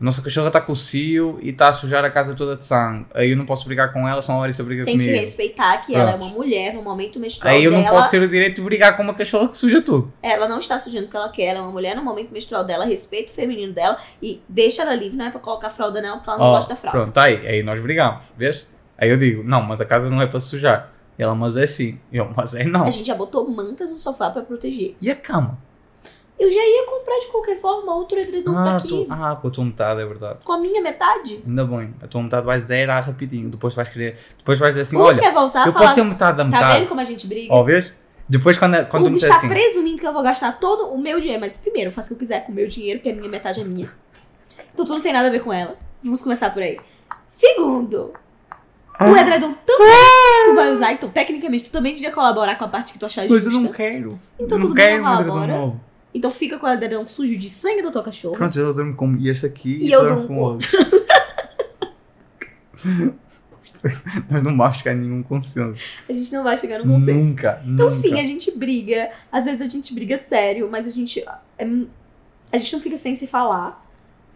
[SPEAKER 2] a nossa cachorra está com o cio e está a sujar a casa toda de sangue. Aí eu não posso brigar com ela, senão a Larissa briga
[SPEAKER 1] Tem que
[SPEAKER 2] comigo.
[SPEAKER 1] respeitar que ela é
[SPEAKER 2] Pronto.
[SPEAKER 1] uma mulher no momento menstrual
[SPEAKER 2] Aí eu não
[SPEAKER 1] dela.
[SPEAKER 2] posso ter o direito de brigar com uma cachorra que suja tudo.
[SPEAKER 1] Ela não está sujando o que ela quer, ela é uma mulher no momento menstrual dela, respeita o feminino dela e deixa ela livre, não é pra colocar fralda nela, porque ela não
[SPEAKER 2] Ó,
[SPEAKER 1] gosta da fralda.
[SPEAKER 2] Oh, Pronto, tá aí, aí nós brigamos, vês? Aí eu digo, não, mas a casa não é para sujar. Ela, mas é sim. Eu, mas é não.
[SPEAKER 1] A gente já botou mantas no sofá pra proteger.
[SPEAKER 2] E a cama?
[SPEAKER 1] Eu já ia comprar de qualquer forma outro edredom
[SPEAKER 2] Ah,
[SPEAKER 1] daqui.
[SPEAKER 2] tu- ah, com a tua metade, é verdade.
[SPEAKER 1] Com a minha metade?
[SPEAKER 2] Ainda bem, a tua metade vai zerar rapidinho. Depois vais querer. Depois vais dizer assim:
[SPEAKER 1] Como é tu
[SPEAKER 2] olha,
[SPEAKER 1] quer voltar a
[SPEAKER 2] eu
[SPEAKER 1] falar?
[SPEAKER 2] posso ter metade da
[SPEAKER 1] Tá
[SPEAKER 2] metade.
[SPEAKER 1] vendo como a gente briga?
[SPEAKER 2] Ó, vês? Depois quando, quando
[SPEAKER 1] o
[SPEAKER 2] tu me
[SPEAKER 1] bicho
[SPEAKER 2] disser
[SPEAKER 1] tá
[SPEAKER 2] assim.
[SPEAKER 1] presumindo que eu vou gastar todo o meu dinheiro. Mas primeiro, eu faço o que eu quiser com o meu dinheiro, porque a minha metade é minha. Então tu não tem nada a ver com ela. Vamos começar por aí. Segundo, o
[SPEAKER 2] Ah.
[SPEAKER 1] edredom também tu vai usar, então tecnicamente tu também devia colaborar com a parte que tu achar
[SPEAKER 2] Mas
[SPEAKER 1] justa.
[SPEAKER 2] eu não quero.
[SPEAKER 1] Então
[SPEAKER 2] não
[SPEAKER 1] tudo bem,
[SPEAKER 2] quero
[SPEAKER 1] vamos lá,
[SPEAKER 2] um edredom
[SPEAKER 1] bora.
[SPEAKER 2] novo.
[SPEAKER 1] Então fica com o edredom sujo de sangue da tua cachorra.
[SPEAKER 2] Pronto, eu durmo com este aqui
[SPEAKER 1] E
[SPEAKER 2] e,
[SPEAKER 1] eu
[SPEAKER 2] tu
[SPEAKER 1] durmo
[SPEAKER 2] dorme
[SPEAKER 1] com
[SPEAKER 2] com o outro. Nós não vamos chegar a nenhum consenso.
[SPEAKER 1] A gente não vai chegar num consenso.
[SPEAKER 2] Nunca.
[SPEAKER 1] Então
[SPEAKER 2] nunca.
[SPEAKER 1] sim, a gente briga. Às vezes a gente briga sério, mas a gente. é, a gente não fica sem se falar.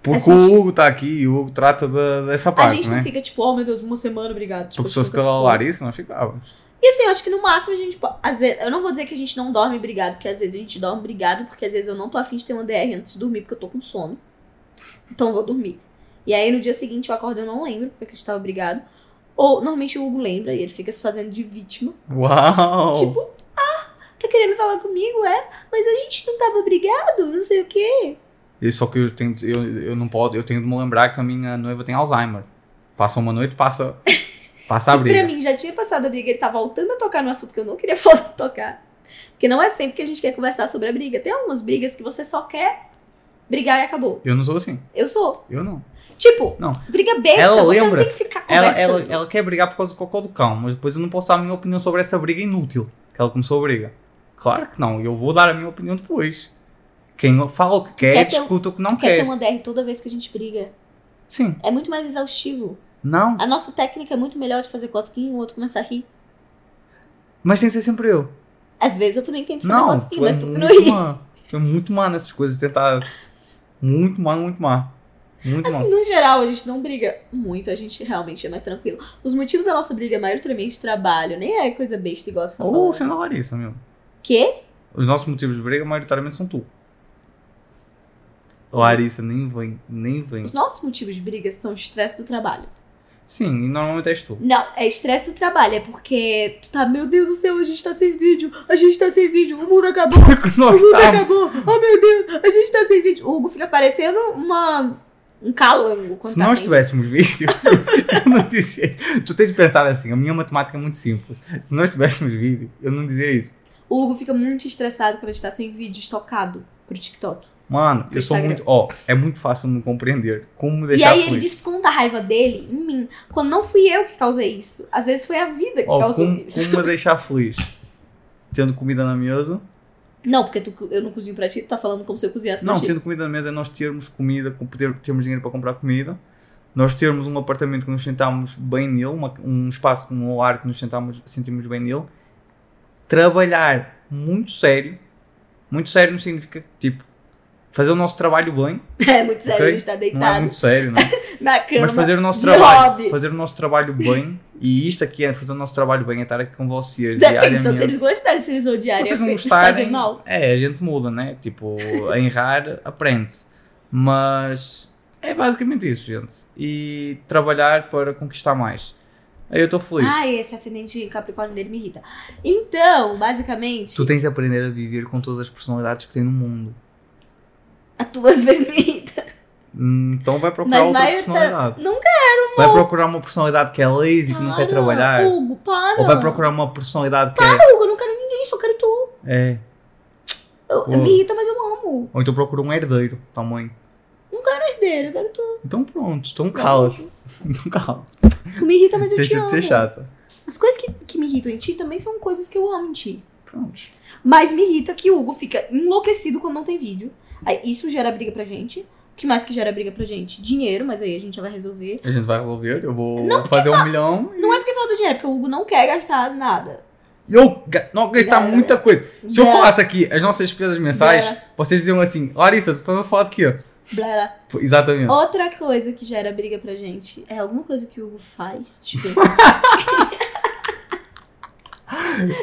[SPEAKER 2] Porque
[SPEAKER 1] a gente-
[SPEAKER 2] o Hugo está aqui e o Hugo trata da- dessa
[SPEAKER 1] A
[SPEAKER 2] parte,
[SPEAKER 1] gente não
[SPEAKER 2] né?
[SPEAKER 1] fica tipo, oh meu Deus, uma semana, obrigado. Tipo,
[SPEAKER 2] Porque se
[SPEAKER 1] a gente
[SPEAKER 2] fosse
[SPEAKER 1] nunca
[SPEAKER 2] pela
[SPEAKER 1] ficou.
[SPEAKER 2] Larissa, nós ficávamos.
[SPEAKER 1] E assim, eu acho que no máximo a gente. po- Às vezes, eu não vou dizer que a gente não dorme brigado, porque às vezes a gente dorme brigado, porque às vezes eu não tô afim de ter uma DR antes de dormir, porque eu tô com sono. Então eu vou dormir. E aí no dia seguinte eu acordo e eu não lembro porque a gente tava brigado. Ou normalmente o Hugo lembra e ele fica se fazendo de vítima.
[SPEAKER 2] Uau!
[SPEAKER 1] Tipo, ah, tá querendo falar comigo? É, mas a gente não tava brigado, não sei o quê.
[SPEAKER 2] E só que eu tenho, eu, eu não posso, eu tenho de me lembrar que a minha noiva tem Alzheimer. Passa uma noite, passa, passa a
[SPEAKER 1] E pra
[SPEAKER 2] briga.
[SPEAKER 1] mim já tinha passado a briga, ele tá voltando a tocar no assunto que eu não queria voltar a tocar. Porque não é sempre que a gente quer conversar sobre a briga. Tem algumas brigas que você só quer brigar e acabou.
[SPEAKER 2] Eu não sou assim,
[SPEAKER 1] Eu sou.
[SPEAKER 2] eu não.
[SPEAKER 1] Tipo,
[SPEAKER 2] Não.
[SPEAKER 1] briga besta,
[SPEAKER 2] Ela
[SPEAKER 1] você
[SPEAKER 2] lembra.
[SPEAKER 1] não tem que ficar
[SPEAKER 2] Ela,
[SPEAKER 1] conversando.
[SPEAKER 2] ela, ela quer brigar por causa do cocô do cão, mas depois eu não posso dar a minha opinião sobre essa briga inútil que ela começou a briga. Claro que não, eu vou dar a minha opinião depois. Quem fala o que quer,
[SPEAKER 1] quer ter um-
[SPEAKER 2] discuta o que não
[SPEAKER 1] Tu quer
[SPEAKER 2] quer.
[SPEAKER 1] ter uma DR toda vez que a gente briga.
[SPEAKER 2] Sim,
[SPEAKER 1] É muito mais exaustivo.
[SPEAKER 2] não,
[SPEAKER 1] A nossa técnica é muito melhor de fazer cosquinha e o outro começar a rir.
[SPEAKER 2] mas tem que ser sempre eu.
[SPEAKER 1] Às vezes eu também tento fazer
[SPEAKER 2] Não, é
[SPEAKER 1] cosquinha, mas tu que não
[SPEAKER 2] muito
[SPEAKER 1] ri.
[SPEAKER 2] má. Tu é muito má nessas coisas, tentar. Muito má, muito má. Muito má.
[SPEAKER 1] Assim, no geral, a gente não briga muito, a gente realmente é mais tranquilo. Os motivos da nossa briga é maioritariamente trabalho, nem é coisa besta igual tu tá falando.
[SPEAKER 2] Ou sendo a Larissa mesmo.
[SPEAKER 1] Quê?
[SPEAKER 2] Os nossos motivos de briga maioritariamente são tu. Larissa, nem vem, nem vem.
[SPEAKER 1] Os nossos motivos de briga são o estresse do trabalho.
[SPEAKER 2] Sim, e normalmente és tu.
[SPEAKER 1] Não, é estresse do trabalho, é porque tu tá, meu Deus do céu, a gente tá sem vídeo, a gente tá sem vídeo, o mundo acabou, o
[SPEAKER 2] Porque nós tá-
[SPEAKER 1] mundo
[SPEAKER 2] estávamos.
[SPEAKER 1] acabou, oh meu Deus, a gente tá sem vídeo. O Hugo fica parecendo uma, um calango quando
[SPEAKER 2] Se
[SPEAKER 1] tá
[SPEAKER 2] nós
[SPEAKER 1] sem
[SPEAKER 2] tivéssemos vídeo, eu não dizia. Tu tens de pensar assim, a minha matemática é muito simples. Se nós tivéssemos vídeo, eu não dizia isso.
[SPEAKER 1] O Hugo fica muito estressado quando a gente tá sem vídeo estocado pro TikTok.
[SPEAKER 2] Mano, eu sou
[SPEAKER 1] Instagram.
[SPEAKER 2] muito. Ó, é muito fácil me compreender. Como me
[SPEAKER 1] E
[SPEAKER 2] deixar
[SPEAKER 1] aí ele
[SPEAKER 2] feliz.
[SPEAKER 1] desconta a raiva dele em mim, quando não fui eu que causei isso. Às vezes foi a vida que
[SPEAKER 2] Ó,
[SPEAKER 1] causou
[SPEAKER 2] como,
[SPEAKER 1] isso.
[SPEAKER 2] como me deixar feliz? Tendo comida na mesa.
[SPEAKER 1] Não, porque tu, eu não cozinho pra ti, tu tá falando como se eu cozinhasse pra
[SPEAKER 2] Não,
[SPEAKER 1] ti.
[SPEAKER 2] tendo comida na mesa é nós termos comida, com- ter, termos dinheiro para comprar comida, nós termos um apartamento que nos sentámos bem nele, uma- um espaço com um lar que nos sentámos, sentimos bem nele, trabalhar muito sério, muito sério não significa tipo fazer o nosso trabalho bem,
[SPEAKER 1] É muito sério,
[SPEAKER 2] Ok?
[SPEAKER 1] a gente tá
[SPEAKER 2] não é
[SPEAKER 1] deitado
[SPEAKER 2] muito sério, né?
[SPEAKER 1] na cama.
[SPEAKER 2] mas fazer o nosso
[SPEAKER 1] de
[SPEAKER 2] trabalho,
[SPEAKER 1] hobby.
[SPEAKER 2] fazer o nosso trabalho bem, e isto aqui é fazer o nosso trabalho bem, é estar aqui com vocês
[SPEAKER 1] Depende, se
[SPEAKER 2] diariamente.
[SPEAKER 1] eles gostarem, se eles odiarem,
[SPEAKER 2] é vocês
[SPEAKER 1] é
[SPEAKER 2] não
[SPEAKER 1] feito, fazem
[SPEAKER 2] gostarem,
[SPEAKER 1] mal.
[SPEAKER 2] é, a gente muda, né? Tipo, a errar aprende-se. Mas é basicamente isso, gente. E trabalhar para conquistar mais. Aí eu estou feliz.
[SPEAKER 1] Ai, esse acidente capricórnio dele me irrita. Então, basicamente,
[SPEAKER 2] Tu tens de aprender a viver com todas as personalidades que tem no mundo.
[SPEAKER 1] a tuas vezes me irrita.
[SPEAKER 2] Hum, Então vai procurar
[SPEAKER 1] Mas
[SPEAKER 2] outra
[SPEAKER 1] maiorita-
[SPEAKER 2] personalidade.
[SPEAKER 1] Não
[SPEAKER 2] Vai procurar uma personalidade que é lazy, que não
[SPEAKER 1] Para,
[SPEAKER 2] quer trabalhar.
[SPEAKER 1] Hugo, para.
[SPEAKER 2] Ou vai procurar uma personalidade que
[SPEAKER 1] Hugo, eu não quero ninguém, só quero tu.
[SPEAKER 2] é... é.
[SPEAKER 1] Eu-
[SPEAKER 2] Hugo.
[SPEAKER 1] Me irrita, mas eu amo.
[SPEAKER 2] Ou então procura um herdeiro, tamanho.
[SPEAKER 1] Herdeiro, eu quero tu.
[SPEAKER 2] Então pronto, então cala-te. Então cala-te.
[SPEAKER 1] Tu me irrita, mas eu te
[SPEAKER 2] Deixa
[SPEAKER 1] amo.
[SPEAKER 2] de ser chata.
[SPEAKER 1] As coisas que, que me irritam em ti também são coisas que eu amo em ti.
[SPEAKER 2] Prontos.
[SPEAKER 1] Mas me irrita que o Hugo fica enlouquecido quando não tem vídeo. Aí isso gera briga pra gente. O que mais que gera briga pra gente? Dinheiro, mas aí a gente já vai resolver.
[SPEAKER 2] A gente vai resolver, eu vou fazer um milhão.
[SPEAKER 1] Não é porque falta dinheiro, é porque o Hugo não quer gastar nada.
[SPEAKER 2] E eu ga- não gastar
[SPEAKER 1] Galera.
[SPEAKER 2] muita coisa. Se eu
[SPEAKER 1] Galera.
[SPEAKER 2] falasse aqui as nossas despesas mensais,
[SPEAKER 1] Galera.
[SPEAKER 2] vocês diziam assim, Larissa, tu estás a falar de quê?
[SPEAKER 1] Blá, blá.
[SPEAKER 2] Pô, Exatamente.
[SPEAKER 1] Outra coisa que gera briga pra gente é alguma coisa que o Hugo faz. Tipo,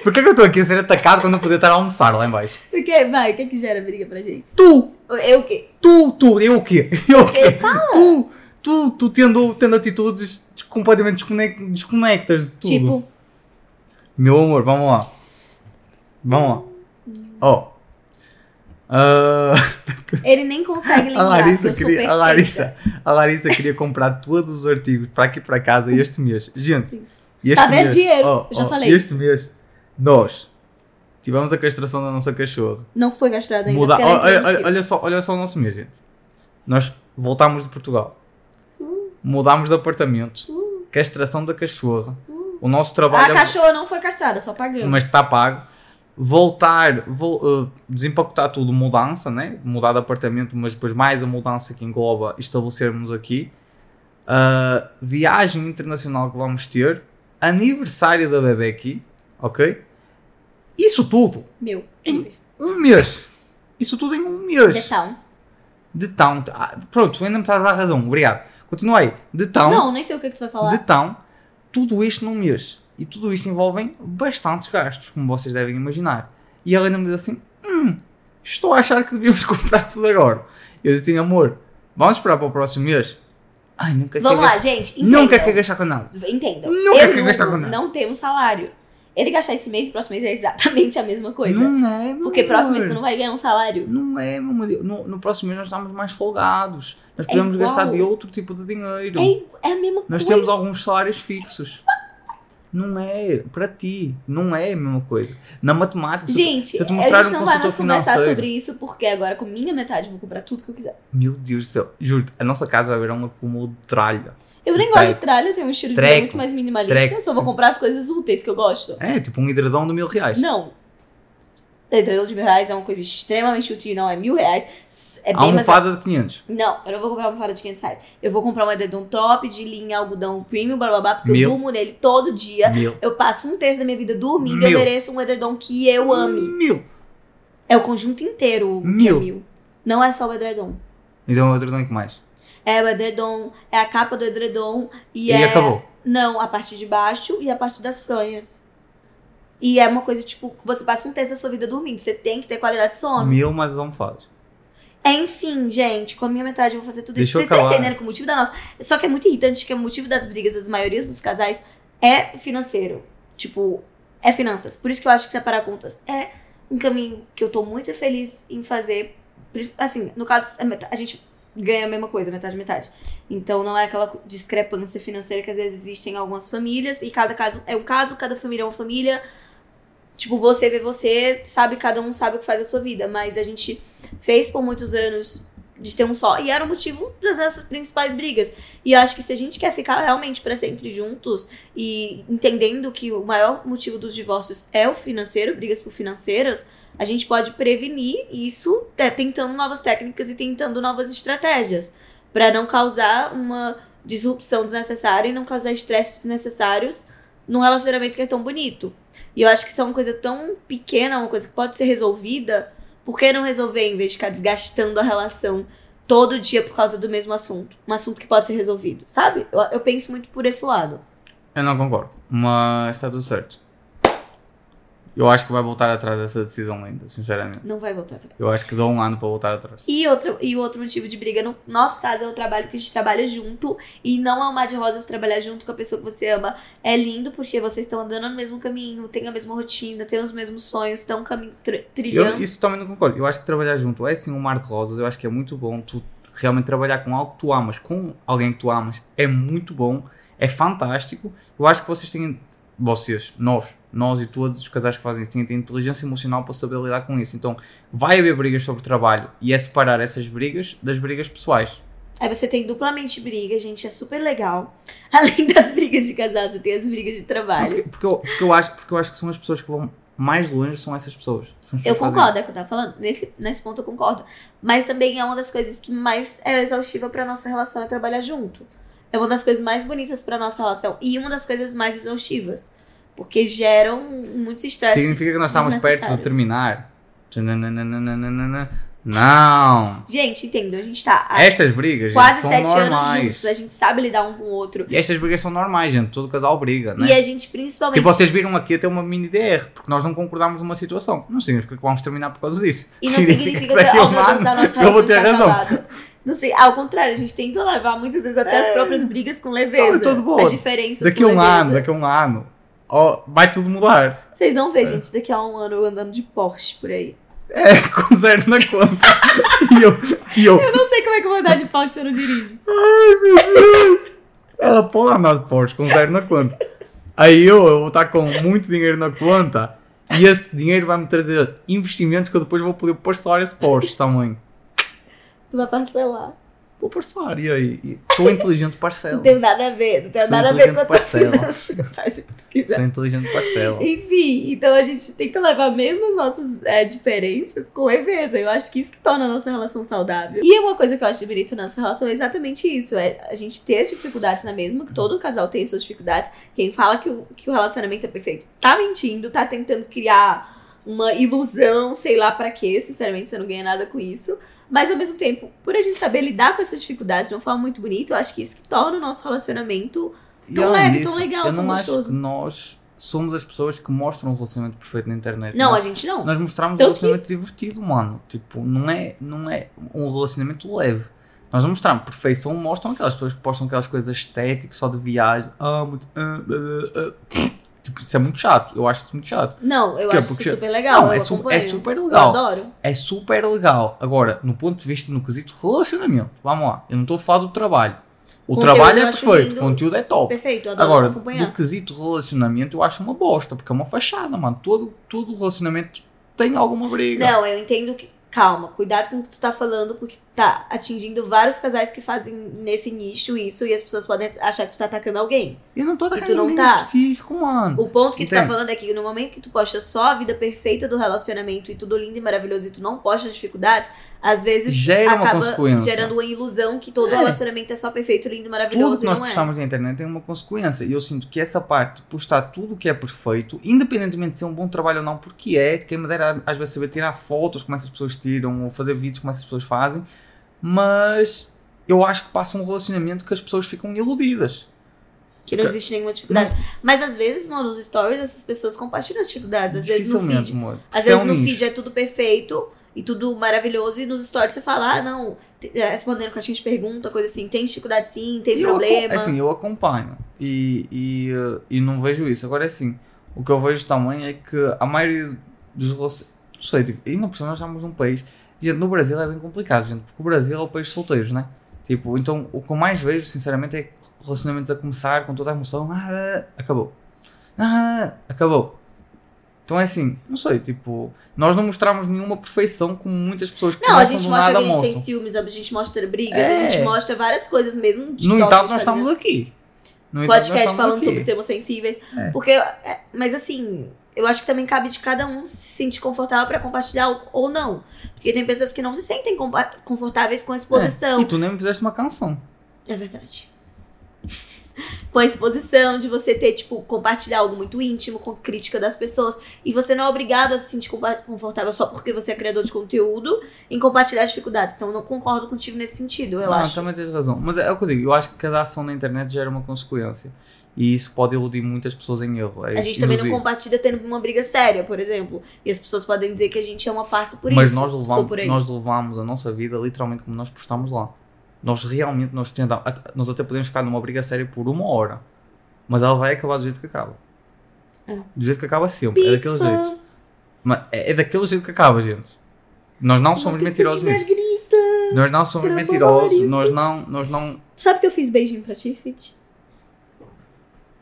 [SPEAKER 2] Por que, que eu estou aqui a ser atacado quando eu podia estar a almoçar lá em baixo?
[SPEAKER 1] o que, vai, o que que gera briga pra gente?
[SPEAKER 2] Tu,
[SPEAKER 1] Eu o quê?
[SPEAKER 2] tu, tu, eu o quê? Eu o quê? Tu, tu, tu tendo, tendo atitudes completamente desconec- desconectas de tudo.
[SPEAKER 1] Tipo,
[SPEAKER 2] Meu amor, vamos lá. Vamos lá. Ó. Ah,
[SPEAKER 1] ele nem consegue
[SPEAKER 2] a
[SPEAKER 1] lembrar. que
[SPEAKER 2] Larissa
[SPEAKER 1] eu sou
[SPEAKER 2] queria. A
[SPEAKER 1] perfeita.
[SPEAKER 2] Larissa, a Larissa queria comprar todos os artigos para aqui para casa este mês. Gente,
[SPEAKER 1] Sim.
[SPEAKER 2] este
[SPEAKER 1] Tá vendo
[SPEAKER 2] mês,
[SPEAKER 1] dinheiro?
[SPEAKER 2] ó,
[SPEAKER 1] Eu já
[SPEAKER 2] ó,
[SPEAKER 1] falei.
[SPEAKER 2] Este mês, nós tivemos a castração da nossa cachorra.
[SPEAKER 1] Não foi gastada ainda.
[SPEAKER 2] Mudar.
[SPEAKER 1] porque ela é
[SPEAKER 2] Olha,
[SPEAKER 1] entrou no circo.
[SPEAKER 2] olha- olha só, olha só o nosso mês, gente. Nós voltámos de Portugal.
[SPEAKER 1] Hum.
[SPEAKER 2] Mudámos de apartamentos. Castração da cachorra.
[SPEAKER 1] Hum.
[SPEAKER 2] O nosso trabalho. é
[SPEAKER 1] A cachorra não foi castrada, só pagamos.
[SPEAKER 2] mas está pago. Voltar, vol- eh, desempacotar tudo, mudança, né? Mudar de apartamento, mas depois mais a mudança que engloba estabelecermos aqui. Ah, viagem internacional que vamos ter. Aniversário da bebê aqui, ok? Isso tudo,
[SPEAKER 1] Meu,
[SPEAKER 2] Em-
[SPEAKER 1] ver.
[SPEAKER 2] um mês. Isso tudo em um mês.
[SPEAKER 1] The Town.
[SPEAKER 2] De tão. Ah, pronto, ainda me estás a dar razão, obrigado. Continua aí. De tão.
[SPEAKER 1] Não, nem sei o que, é que tu vai falar.
[SPEAKER 2] De tão, tudo isto num mês. E tudo isto envolvem bastantes gastos, como vocês devem imaginar. E ela ainda me diz assim: Hum, estou a achar que devíamos comprar tudo agora. Eu disse assim: Amor, vamos esperar para o próximo mês? Ai, nunca
[SPEAKER 1] Vamos
[SPEAKER 2] quer
[SPEAKER 1] lá,
[SPEAKER 2] gastar-
[SPEAKER 1] gente. Entendam.
[SPEAKER 2] Nunca quer gastar com nada.
[SPEAKER 1] Entendam.
[SPEAKER 2] Nunca
[SPEAKER 1] Eu
[SPEAKER 2] quer
[SPEAKER 1] e o
[SPEAKER 2] gastar
[SPEAKER 1] Hugo
[SPEAKER 2] com nada.
[SPEAKER 1] Não temos salário. Ele gastar esse mês e próximo mês é exatamente a mesma coisa.
[SPEAKER 2] Não é, meu
[SPEAKER 1] porque próximo mês
[SPEAKER 2] amor.
[SPEAKER 1] tu não vai ganhar um salário.
[SPEAKER 2] Não é, meu amor. No, no próximo mês nós estamos mais folgados. Nós podemos
[SPEAKER 1] É igual.
[SPEAKER 2] gastar de outro tipo de dinheiro.
[SPEAKER 1] É, igu- é a mesma
[SPEAKER 2] Nós
[SPEAKER 1] coisa.
[SPEAKER 2] temos alguns salários fixos. Não é, para ti, não é a mesma coisa. Na matemática, se tu-
[SPEAKER 1] Gente,
[SPEAKER 2] se eu te mostrar
[SPEAKER 1] a gente
[SPEAKER 2] um
[SPEAKER 1] não vai mais
[SPEAKER 2] consultor
[SPEAKER 1] conversar
[SPEAKER 2] financeiro-
[SPEAKER 1] sobre isso, porque agora com minha metade eu vou comprar tudo que eu quiser.
[SPEAKER 2] meu Deus do céu, juro-te, a nossa casa vai virar um acúmulo de tralha.
[SPEAKER 1] Eu nem
[SPEAKER 2] Treco.
[SPEAKER 1] gosto de tralha, eu tenho um estilo de
[SPEAKER 2] Tá. Treco.
[SPEAKER 1] vida muito mais minimalista.
[SPEAKER 2] Treco.
[SPEAKER 1] Eu só vou comprar as coisas úteis que eu gosto.
[SPEAKER 2] É, tipo um hidradão de mil reais.
[SPEAKER 1] Não. Entregão de mil reais é uma coisa extremamente útil, não é mil reais. É
[SPEAKER 2] a
[SPEAKER 1] bem mais.
[SPEAKER 2] almofada de 500.
[SPEAKER 1] Não, eu não vou comprar uma almofada de 500 reais. Eu vou comprar um edredom top de linha algodão premium, blá blá blá, porque
[SPEAKER 2] Meu.
[SPEAKER 1] eu durmo nele todo dia.
[SPEAKER 2] Mil.
[SPEAKER 1] Eu passo um terço da minha vida dormindo e eu
[SPEAKER 2] Meu.
[SPEAKER 1] mereço um edredom que eu ame.
[SPEAKER 2] Mil.
[SPEAKER 1] É o conjunto inteiro que
[SPEAKER 2] Meu.
[SPEAKER 1] é mil. Não é só o edredom.
[SPEAKER 2] Então o hidradão é que mais?
[SPEAKER 1] É o edredom, é a capa do edredom e,
[SPEAKER 2] E
[SPEAKER 1] é...
[SPEAKER 2] acabou.
[SPEAKER 1] Não, a parte de baixo e a parte das fronhas. E é uma coisa, tipo, que você passa um terço da sua vida dormindo. Você tem que ter qualidade de sono.
[SPEAKER 2] Mil mais as almofadas.
[SPEAKER 1] Enfim, gente, com a minha metade eu vou fazer tudo isso.
[SPEAKER 2] Deixa eu
[SPEAKER 1] Vocês estão
[SPEAKER 2] acabar.
[SPEAKER 1] entendendo que o motivo da nossa. Só que é muito irritante que o motivo das brigas das maiorias dos casais é financeiro. Tipo, é finanças. Por isso que eu acho que separar contas é um caminho que eu tô muito feliz em fazer. Pri- Assim, no caso, a meta- a gente ganha a mesma coisa, metade, metade. Então não é aquela co- discrepância financeira que às vezes existe em algumas famílias. E cada caso é um caso, cada família é uma família. Tipo, você vê você, sabe, cada um sabe o que faz a sua vida. Mas a gente fez por muitos anos de ter um só. E era o motivo das nossas principais brigas. E eu acho que se a gente quer ficar realmente para sempre juntos e entendendo que o maior motivo dos divórcios é o financeiro, brigas por financeiras, a gente pode prevenir isso é, tentando novas técnicas e tentando novas estratégias para não causar uma disrupção desnecessária e não causar estresses desnecessários num relacionamento que é tão bonito. E eu acho que isso é uma coisa tão pequena, uma coisa que pode ser resolvida por que não resolver em vez de ficar desgastando a relação todo dia por causa do mesmo assunto? Um assunto que pode ser resolvido, sabe? Eu, eu penso muito por esse lado.
[SPEAKER 2] Eu não concordo, mas está tudo certo. Eu acho que vai voltar atrás essa decisão ainda, sinceramente.
[SPEAKER 1] Não vai voltar atrás.
[SPEAKER 2] Eu acho que dá um ano para voltar atrás.
[SPEAKER 1] E, outra, e o outro motivo de briga, no nosso caso, é o trabalho que a gente trabalha junto. E não é um mar de rosas trabalhar junto com a pessoa que você ama. É lindo porque vocês estão andando no mesmo caminho, têm a mesma rotina, têm os mesmos sonhos, estão cami- tr- trilhando.
[SPEAKER 2] Eu, isso também não concordo. Eu acho que trabalhar junto é sim um mar de rosas. Eu acho que é muito bom tu realmente trabalhar com algo que tu amas, com alguém que tu amas. É muito bom, é fantástico. Eu acho que vocês têm, vocês, nós, nós e todos os casais que fazem isso, têm, têm inteligência emocional para saber lidar com isso. Então vai haver brigas sobre trabalho e é separar essas brigas das brigas pessoais.
[SPEAKER 1] Aí você tem duplamente briga, gente, é super legal. Além das brigas de casal, você tem as brigas de trabalho.
[SPEAKER 2] Porque, porque eu, porque, eu acho, porque eu acho que são as pessoas que vão mais longe são essas pessoas. São as pessoas
[SPEAKER 1] Eu
[SPEAKER 2] que fazem
[SPEAKER 1] concordo, é
[SPEAKER 2] isso.
[SPEAKER 1] o que eu tava falando. Nesse, nesse ponto eu concordo. Mas também é uma das coisas que mais é exaustiva pra nossa relação é trabalhar junto. É uma das coisas mais bonitas pra nossa relação. E uma das coisas mais exaustivas. Porque geram muitos estresses.
[SPEAKER 2] Significa que nós estávamos perto de
[SPEAKER 1] desnecessários.
[SPEAKER 2] terminar. Tchananananananana. Não!
[SPEAKER 1] Gente, entendo, a gente tá há
[SPEAKER 2] Estas brigas É, gente,
[SPEAKER 1] quase
[SPEAKER 2] são
[SPEAKER 1] sete anos
[SPEAKER 2] normais.
[SPEAKER 1] juntos, a gente sabe lidar um com o outro.
[SPEAKER 2] E estas brigas são normais, gente. Todo casal briga, né?
[SPEAKER 1] E a gente principalmente.
[SPEAKER 2] Tipo, vocês viram aqui até uma mini DR, porque nós não concordámos numa situação. Não significa que vamos terminar por causa disso.
[SPEAKER 1] E não significa que, daqui
[SPEAKER 2] daqui a
[SPEAKER 1] oh,
[SPEAKER 2] um
[SPEAKER 1] meu Deus,
[SPEAKER 2] ano
[SPEAKER 1] a nossa
[SPEAKER 2] eu vou
[SPEAKER 1] relação
[SPEAKER 2] ter
[SPEAKER 1] está
[SPEAKER 2] razão.
[SPEAKER 1] acabada. Não sei, ao contrário, a gente tenta levar muitas vezes até as próprias brigas com leveza.
[SPEAKER 2] É. Não, é tudo boa.
[SPEAKER 1] As diferenças
[SPEAKER 2] Daqui a
[SPEAKER 1] com
[SPEAKER 2] um
[SPEAKER 1] leveza.
[SPEAKER 2] ano, daqui a um ano. ó, vai tudo mudar.
[SPEAKER 1] Vocês vão ver, gente, daqui a um ano eu andando de Porsche por aí.
[SPEAKER 2] É com zero na conta. e eu, e eu,
[SPEAKER 1] Eu não sei como é que eu vou andar de Porsche se eu não dirijo.
[SPEAKER 2] ela pô lá na Porsche com zero na conta. Aí eu, eu vou estar com muito dinheiro na conta e esse dinheiro vai me trazer investimentos que eu depois vou poder parcelar esse Porsche também.
[SPEAKER 1] Tu vai parcelar.
[SPEAKER 2] Vou parcelar, e aí? E- Sou inteligente parcela.
[SPEAKER 1] Não tem nada a ver, não tem
[SPEAKER 2] É. Sou um
[SPEAKER 1] nada a ver com a
[SPEAKER 2] inteligente
[SPEAKER 1] tua
[SPEAKER 2] parcela.
[SPEAKER 1] finança. Faz o que tu quiser.
[SPEAKER 2] Sou inteligente parcela.
[SPEAKER 1] Enfim, então a gente tenta levar mesmo as nossas é, diferenças com leveza. Eu acho que isso que torna a nossa relação saudável. E uma coisa que eu acho bonita na nossa relação é exatamente isso: é a gente ter as dificuldades na mesma, que todo casal tem suas dificuldades. Quem fala que o, que o relacionamento é perfeito tá mentindo, tá tentando criar uma ilusão, sei lá pra quê. Sinceramente, você não ganha nada com isso. Mas ao mesmo tempo, por a gente saber lidar com essas dificuldades de uma forma muito bonita, eu acho que isso que torna o nosso relacionamento.
[SPEAKER 2] E
[SPEAKER 1] Tão
[SPEAKER 2] além
[SPEAKER 1] leve, tão legal,
[SPEAKER 2] Eu
[SPEAKER 1] tão
[SPEAKER 2] não acho
[SPEAKER 1] gostoso.
[SPEAKER 2] que nós somos as pessoas que mostram o relacionamento perfeito na internet.
[SPEAKER 1] Não, a gente não.
[SPEAKER 2] Nós mostramos
[SPEAKER 1] Então
[SPEAKER 2] um relacionamento divertido, mano. Tipo, não é, não é um relacionamento leve. Nós não mostramos perfeição, mostram aquelas pessoas que postam aquelas coisas estéticas, só de viagem. Ah, muito. ah, ah, ah. Tipo, isso é muito chato. Eu acho isso muito chato.
[SPEAKER 1] Não, eu
[SPEAKER 2] Que é
[SPEAKER 1] acho
[SPEAKER 2] porque-
[SPEAKER 1] isso super legal.
[SPEAKER 2] não,
[SPEAKER 1] eu
[SPEAKER 2] é, su- é
[SPEAKER 1] acompanho.
[SPEAKER 2] super
[SPEAKER 1] Eu
[SPEAKER 2] legal.
[SPEAKER 1] adoro.
[SPEAKER 2] É super legal. Agora, no ponto de vista no quesito relacionamento, vamos lá. Eu não estou a falar do trabalho. O
[SPEAKER 1] Conteúdo
[SPEAKER 2] trabalho
[SPEAKER 1] eu
[SPEAKER 2] é
[SPEAKER 1] acho
[SPEAKER 2] perfeito,
[SPEAKER 1] lindo.
[SPEAKER 2] o conteúdo é top.
[SPEAKER 1] Perfeito, eu adoro
[SPEAKER 2] Agora,
[SPEAKER 1] acompanhar.
[SPEAKER 2] do quesito relacionamento, eu acho uma bosta, porque é uma fachada, mano. Todo, todo relacionamento tem alguma briga.
[SPEAKER 1] Não, eu entendo que. Calma, cuidado com o que tu tá falando, porque tá atingindo vários casais que fazem nesse nicho isso e as pessoas podem achar que tu tá atacando alguém.
[SPEAKER 2] Eu não estou a
[SPEAKER 1] E tu
[SPEAKER 2] atacar
[SPEAKER 1] não
[SPEAKER 2] ninguém
[SPEAKER 1] tá.
[SPEAKER 2] específico, mano.
[SPEAKER 1] O ponto que tu tá
[SPEAKER 2] Entendo.
[SPEAKER 1] falando é que no momento que tu posta só a vida perfeita do relacionamento e tudo lindo e maravilhoso e tu não posta as dificuldades, às vezes
[SPEAKER 2] Gera uma
[SPEAKER 1] acaba
[SPEAKER 2] consequência.
[SPEAKER 1] gerando uma ilusão que todo
[SPEAKER 2] É.
[SPEAKER 1] relacionamento é só perfeito, lindo e maravilhoso
[SPEAKER 2] Tudo que
[SPEAKER 1] e
[SPEAKER 2] nós
[SPEAKER 1] não é.
[SPEAKER 2] postamos na internet tem uma consequência. E eu sinto que essa parte de postar tudo o que é perfeito, independentemente de ser um bom trabalho ou não, porque é, quem me dera às vezes saber tirar fotos como essas pessoas tiram, ou fazer vídeos como essas pessoas fazem, mas eu acho que passa um relacionamento que as pessoas ficam iludidas.
[SPEAKER 1] Que não existe nenhuma dificuldade. Mas às vezes, mano, nos stories essas pessoas compartilham as dificuldades, às vezes no feed.
[SPEAKER 2] Dificilmente, amor.
[SPEAKER 1] Às
[SPEAKER 2] Isso é
[SPEAKER 1] vezes
[SPEAKER 2] um
[SPEAKER 1] no
[SPEAKER 2] nicho.
[SPEAKER 1] feed é tudo perfeito e tudo maravilhoso, e nos stories você fala, ah, não, te- é, respondendo caixinha de pergunta, coisa assim, tem dificuldade sim, tem
[SPEAKER 2] Eu aco-
[SPEAKER 1] problema.
[SPEAKER 2] assim, eu acompanho e, e, eh, e não vejo isso. Agora, assim, o que eu vejo também é que a maioria dos relacionamentos. Não sei, tipo, ainda por cima nós estamos num país. Gente, no Brasil é bem complicado, gente, porque o Brasil é o país de solteiros, né? Tipo, então o que eu mais vejo, sinceramente, é relacionamentos a começar com toda a emoção. Ah, acabou. Ah, acabou. Então é assim, não sei, tipo, nós não mostramos nenhuma perfeição como muitas pessoas que
[SPEAKER 1] não, a
[SPEAKER 2] começam
[SPEAKER 1] gente
[SPEAKER 2] do
[SPEAKER 1] mostra que
[SPEAKER 2] nada
[SPEAKER 1] a gente tem
[SPEAKER 2] mostram.
[SPEAKER 1] ciúmes, a gente mostra brigas, a
[SPEAKER 2] É.
[SPEAKER 1] gente mostra várias coisas mesmo. no
[SPEAKER 2] No
[SPEAKER 1] TikTok,
[SPEAKER 2] entanto, nós
[SPEAKER 1] Instagram.
[SPEAKER 2] estamos aqui. No entanto, nós
[SPEAKER 1] podcast
[SPEAKER 2] estamos
[SPEAKER 1] falando
[SPEAKER 2] aqui.
[SPEAKER 1] sobre temas sensíveis.
[SPEAKER 2] É.
[SPEAKER 1] Porque, é, mas assim, eu acho que também cabe de cada um se sentir confortável pra compartilhar ou- ou não. Porque tem pessoas que não se sentem compa- confortáveis com a exposição.
[SPEAKER 2] É, E tu nem me fizeste uma canção.
[SPEAKER 1] É verdade. Com a exposição, de você ter, tipo, compartilhar algo muito íntimo, com crítica das pessoas. E você não é obrigado a se sentir compa- confortável só porque você é criador de conteúdo em compartilhar as dificuldades. Então, eu não concordo contigo nesse sentido, eu
[SPEAKER 2] não,
[SPEAKER 1] acho.
[SPEAKER 2] Ah, também tens razão. Mas é, o que eu digo, eu acho que cada ação na internet gera uma consequência. E isso pode iludir muitas pessoas em erro. É
[SPEAKER 1] a gente também não
[SPEAKER 2] iluzir.
[SPEAKER 1] compartilha tendo uma briga séria, por exemplo. E as pessoas podem dizer que a gente é uma farsa por
[SPEAKER 2] Mas
[SPEAKER 1] isso.
[SPEAKER 2] nós
[SPEAKER 1] se for
[SPEAKER 2] levamos,
[SPEAKER 1] por aí.
[SPEAKER 2] nós levamos a nossa vida literalmente como nós postamos lá. Nós realmente nós tentamos, at- nós até podemos ficar numa briga séria por uma hora. Mas ela vai acabar do jeito que acaba.
[SPEAKER 1] É.
[SPEAKER 2] Do jeito que acaba sempre. É daquele jeito.
[SPEAKER 1] Pizza!
[SPEAKER 2] Mas é, é daquele jeito que acaba, gente. Nós não somos
[SPEAKER 1] Uma pizza
[SPEAKER 2] mentirosos
[SPEAKER 1] de
[SPEAKER 2] nisso.
[SPEAKER 1] margarita.
[SPEAKER 2] Nós não somos
[SPEAKER 1] Pra
[SPEAKER 2] mentirosos.
[SPEAKER 1] Maurício.
[SPEAKER 2] Nós não, nós não
[SPEAKER 1] Sabe que eu fiz beijinho pra ti, Fit?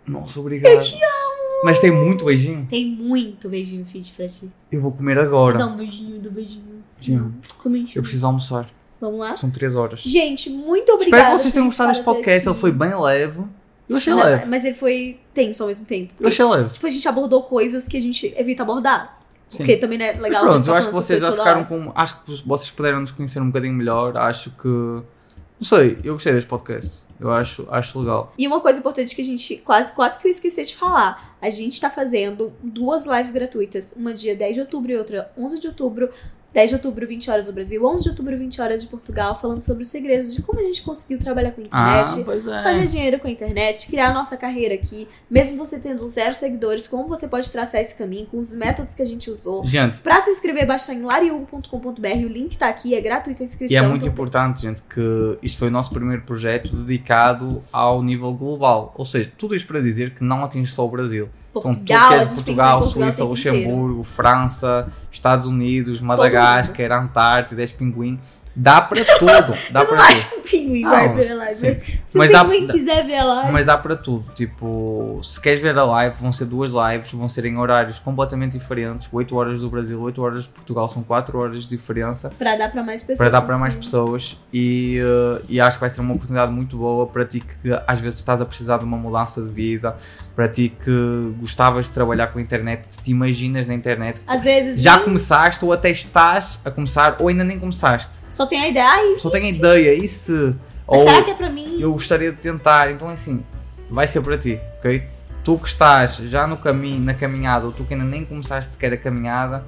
[SPEAKER 2] Nossa, obrigado.
[SPEAKER 1] Eu te
[SPEAKER 2] amo. Mas tem muito beijinho?
[SPEAKER 1] Tem muito beijinho, Fit, pra ti.
[SPEAKER 2] Eu vou comer agora.
[SPEAKER 1] Dá um beijinho do beijinho.
[SPEAKER 2] Te amo.
[SPEAKER 1] Comente.
[SPEAKER 2] Eu preciso almoçar.
[SPEAKER 1] Vamos lá?
[SPEAKER 2] São 3 horas.
[SPEAKER 1] Gente, muito obrigada.
[SPEAKER 2] Espero que vocês tenham
[SPEAKER 1] por
[SPEAKER 2] gostado deste
[SPEAKER 1] estarem
[SPEAKER 2] podcast.
[SPEAKER 1] aqui.
[SPEAKER 2] Ele foi bem leve.
[SPEAKER 3] Eu achei
[SPEAKER 1] Não,
[SPEAKER 3] leve.
[SPEAKER 1] Mas ele foi tenso ao mesmo tempo.
[SPEAKER 3] Eu achei leve.
[SPEAKER 1] Tipo, a gente abordou coisas que a gente evita abordar. Porque
[SPEAKER 2] Sim.
[SPEAKER 1] também não é
[SPEAKER 2] Mas
[SPEAKER 1] legal
[SPEAKER 2] pronto,
[SPEAKER 1] você
[SPEAKER 2] eu
[SPEAKER 1] ficar
[SPEAKER 2] acho que
[SPEAKER 1] falando essas
[SPEAKER 2] vocês já
[SPEAKER 1] coisas toda
[SPEAKER 2] ficaram
[SPEAKER 1] hora.
[SPEAKER 2] com. Acho que vocês puderam nos conhecer um bocadinho melhor. Acho que. Não sei, eu gostei deste podcast. Eu acho, acho legal.
[SPEAKER 1] E uma coisa importante que a gente quase, quase que eu esqueci de falar. A gente tá fazendo duas lives gratuitas. Uma dia 10 de outubro e outra 11 de outubro. 10 de outubro, 20 horas do Brasil. 11 de outubro, 20 horas de Portugal. Falando sobre os segredos de como a gente conseguiu trabalhar com a
[SPEAKER 2] Ah,
[SPEAKER 1] internet.
[SPEAKER 2] pois é.
[SPEAKER 1] Fazer dinheiro com a internet, criar a nossa carreira aqui, mesmo você tendo zero seguidores, como você pode traçar esse caminho com os métodos que a gente usou.
[SPEAKER 2] Gente, é
[SPEAKER 1] Pra se inscrever, basta em larium.com.br, o link tá aqui, é gratuita a
[SPEAKER 2] e
[SPEAKER 1] inscrição.
[SPEAKER 2] é muito
[SPEAKER 1] então-
[SPEAKER 2] importante, gente, que isto foi o nosso primeiro projeto dedicado ao nível global. Ou seja, tudo isto para dizer que não atinge só o Brasil. Então, tu
[SPEAKER 1] Portugal, a
[SPEAKER 2] queres
[SPEAKER 1] gente
[SPEAKER 2] Portugal,
[SPEAKER 1] pensa em Portugal
[SPEAKER 2] Suíça,
[SPEAKER 1] o tempo inteiro.
[SPEAKER 2] Luxemburgo, França, Estados Unidos, Madagascar, Antártida, és pinguim. Dá para tudo. Dá
[SPEAKER 1] Eu não
[SPEAKER 2] para tudo.
[SPEAKER 1] acho que o pinguim
[SPEAKER 2] Ah,
[SPEAKER 1] vai ver a live,
[SPEAKER 2] sim.
[SPEAKER 1] mas se
[SPEAKER 2] Mas
[SPEAKER 1] o
[SPEAKER 2] dá-
[SPEAKER 1] pinguim
[SPEAKER 2] dá-
[SPEAKER 1] quiser ver a live,
[SPEAKER 2] Mas dá para tudo. Tipo, se queres ver a live, vão ser duas lives, vão ser em horários completamente diferentes. 8 horas do Brasil, 8 horas de Portugal, são 4 horas de diferença.
[SPEAKER 1] pra dar pra mais pessoas.
[SPEAKER 2] Para dar
[SPEAKER 1] que
[SPEAKER 2] para mais
[SPEAKER 1] não-
[SPEAKER 2] pessoas e, eh, e acho que vai ser uma oportunidade muito boa para ti que às vezes estás a precisar de uma mudança de vida, para ti que gostavas de trabalhar com a internet, se te imaginas na internet,
[SPEAKER 1] Às vezes
[SPEAKER 2] já
[SPEAKER 1] nem-
[SPEAKER 2] começaste ou até estás a começar ou ainda nem começaste.
[SPEAKER 1] só tem a ideia, ai,
[SPEAKER 2] Só tenho a ideia, e se.
[SPEAKER 1] mas
[SPEAKER 2] Ou-
[SPEAKER 1] será que é pra mim?
[SPEAKER 2] eu gostaria de tentar, então assim, vai ser para ti, ok? Tu que estás já no caminho, na caminhada, ou tu que ainda nem começaste sequer a caminhada,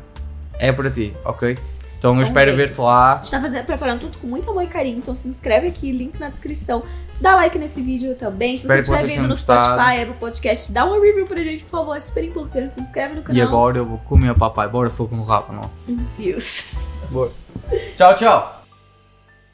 [SPEAKER 2] é para ti, ok? Então eu
[SPEAKER 1] Vamos
[SPEAKER 2] espero
[SPEAKER 1] ver.
[SPEAKER 2] ver-te
[SPEAKER 1] A
[SPEAKER 2] lá.
[SPEAKER 1] gente tá fazendo, preparando tudo com muito amor e carinho, então se inscreve aqui, link na descrição. Dá like nesse vídeo também. Se
[SPEAKER 2] Espero que
[SPEAKER 1] você estiver
[SPEAKER 2] vocês
[SPEAKER 1] vendo no
[SPEAKER 2] tenham gostado.
[SPEAKER 1] Spotify, Apple Podcast, dá uma review pra gente, por favor. É super importante. Se inscreve no canal.
[SPEAKER 2] E agora eu vou comer papai, bora fogo no rapa, não?
[SPEAKER 1] Meu Deus.
[SPEAKER 2] Tchau, tchau!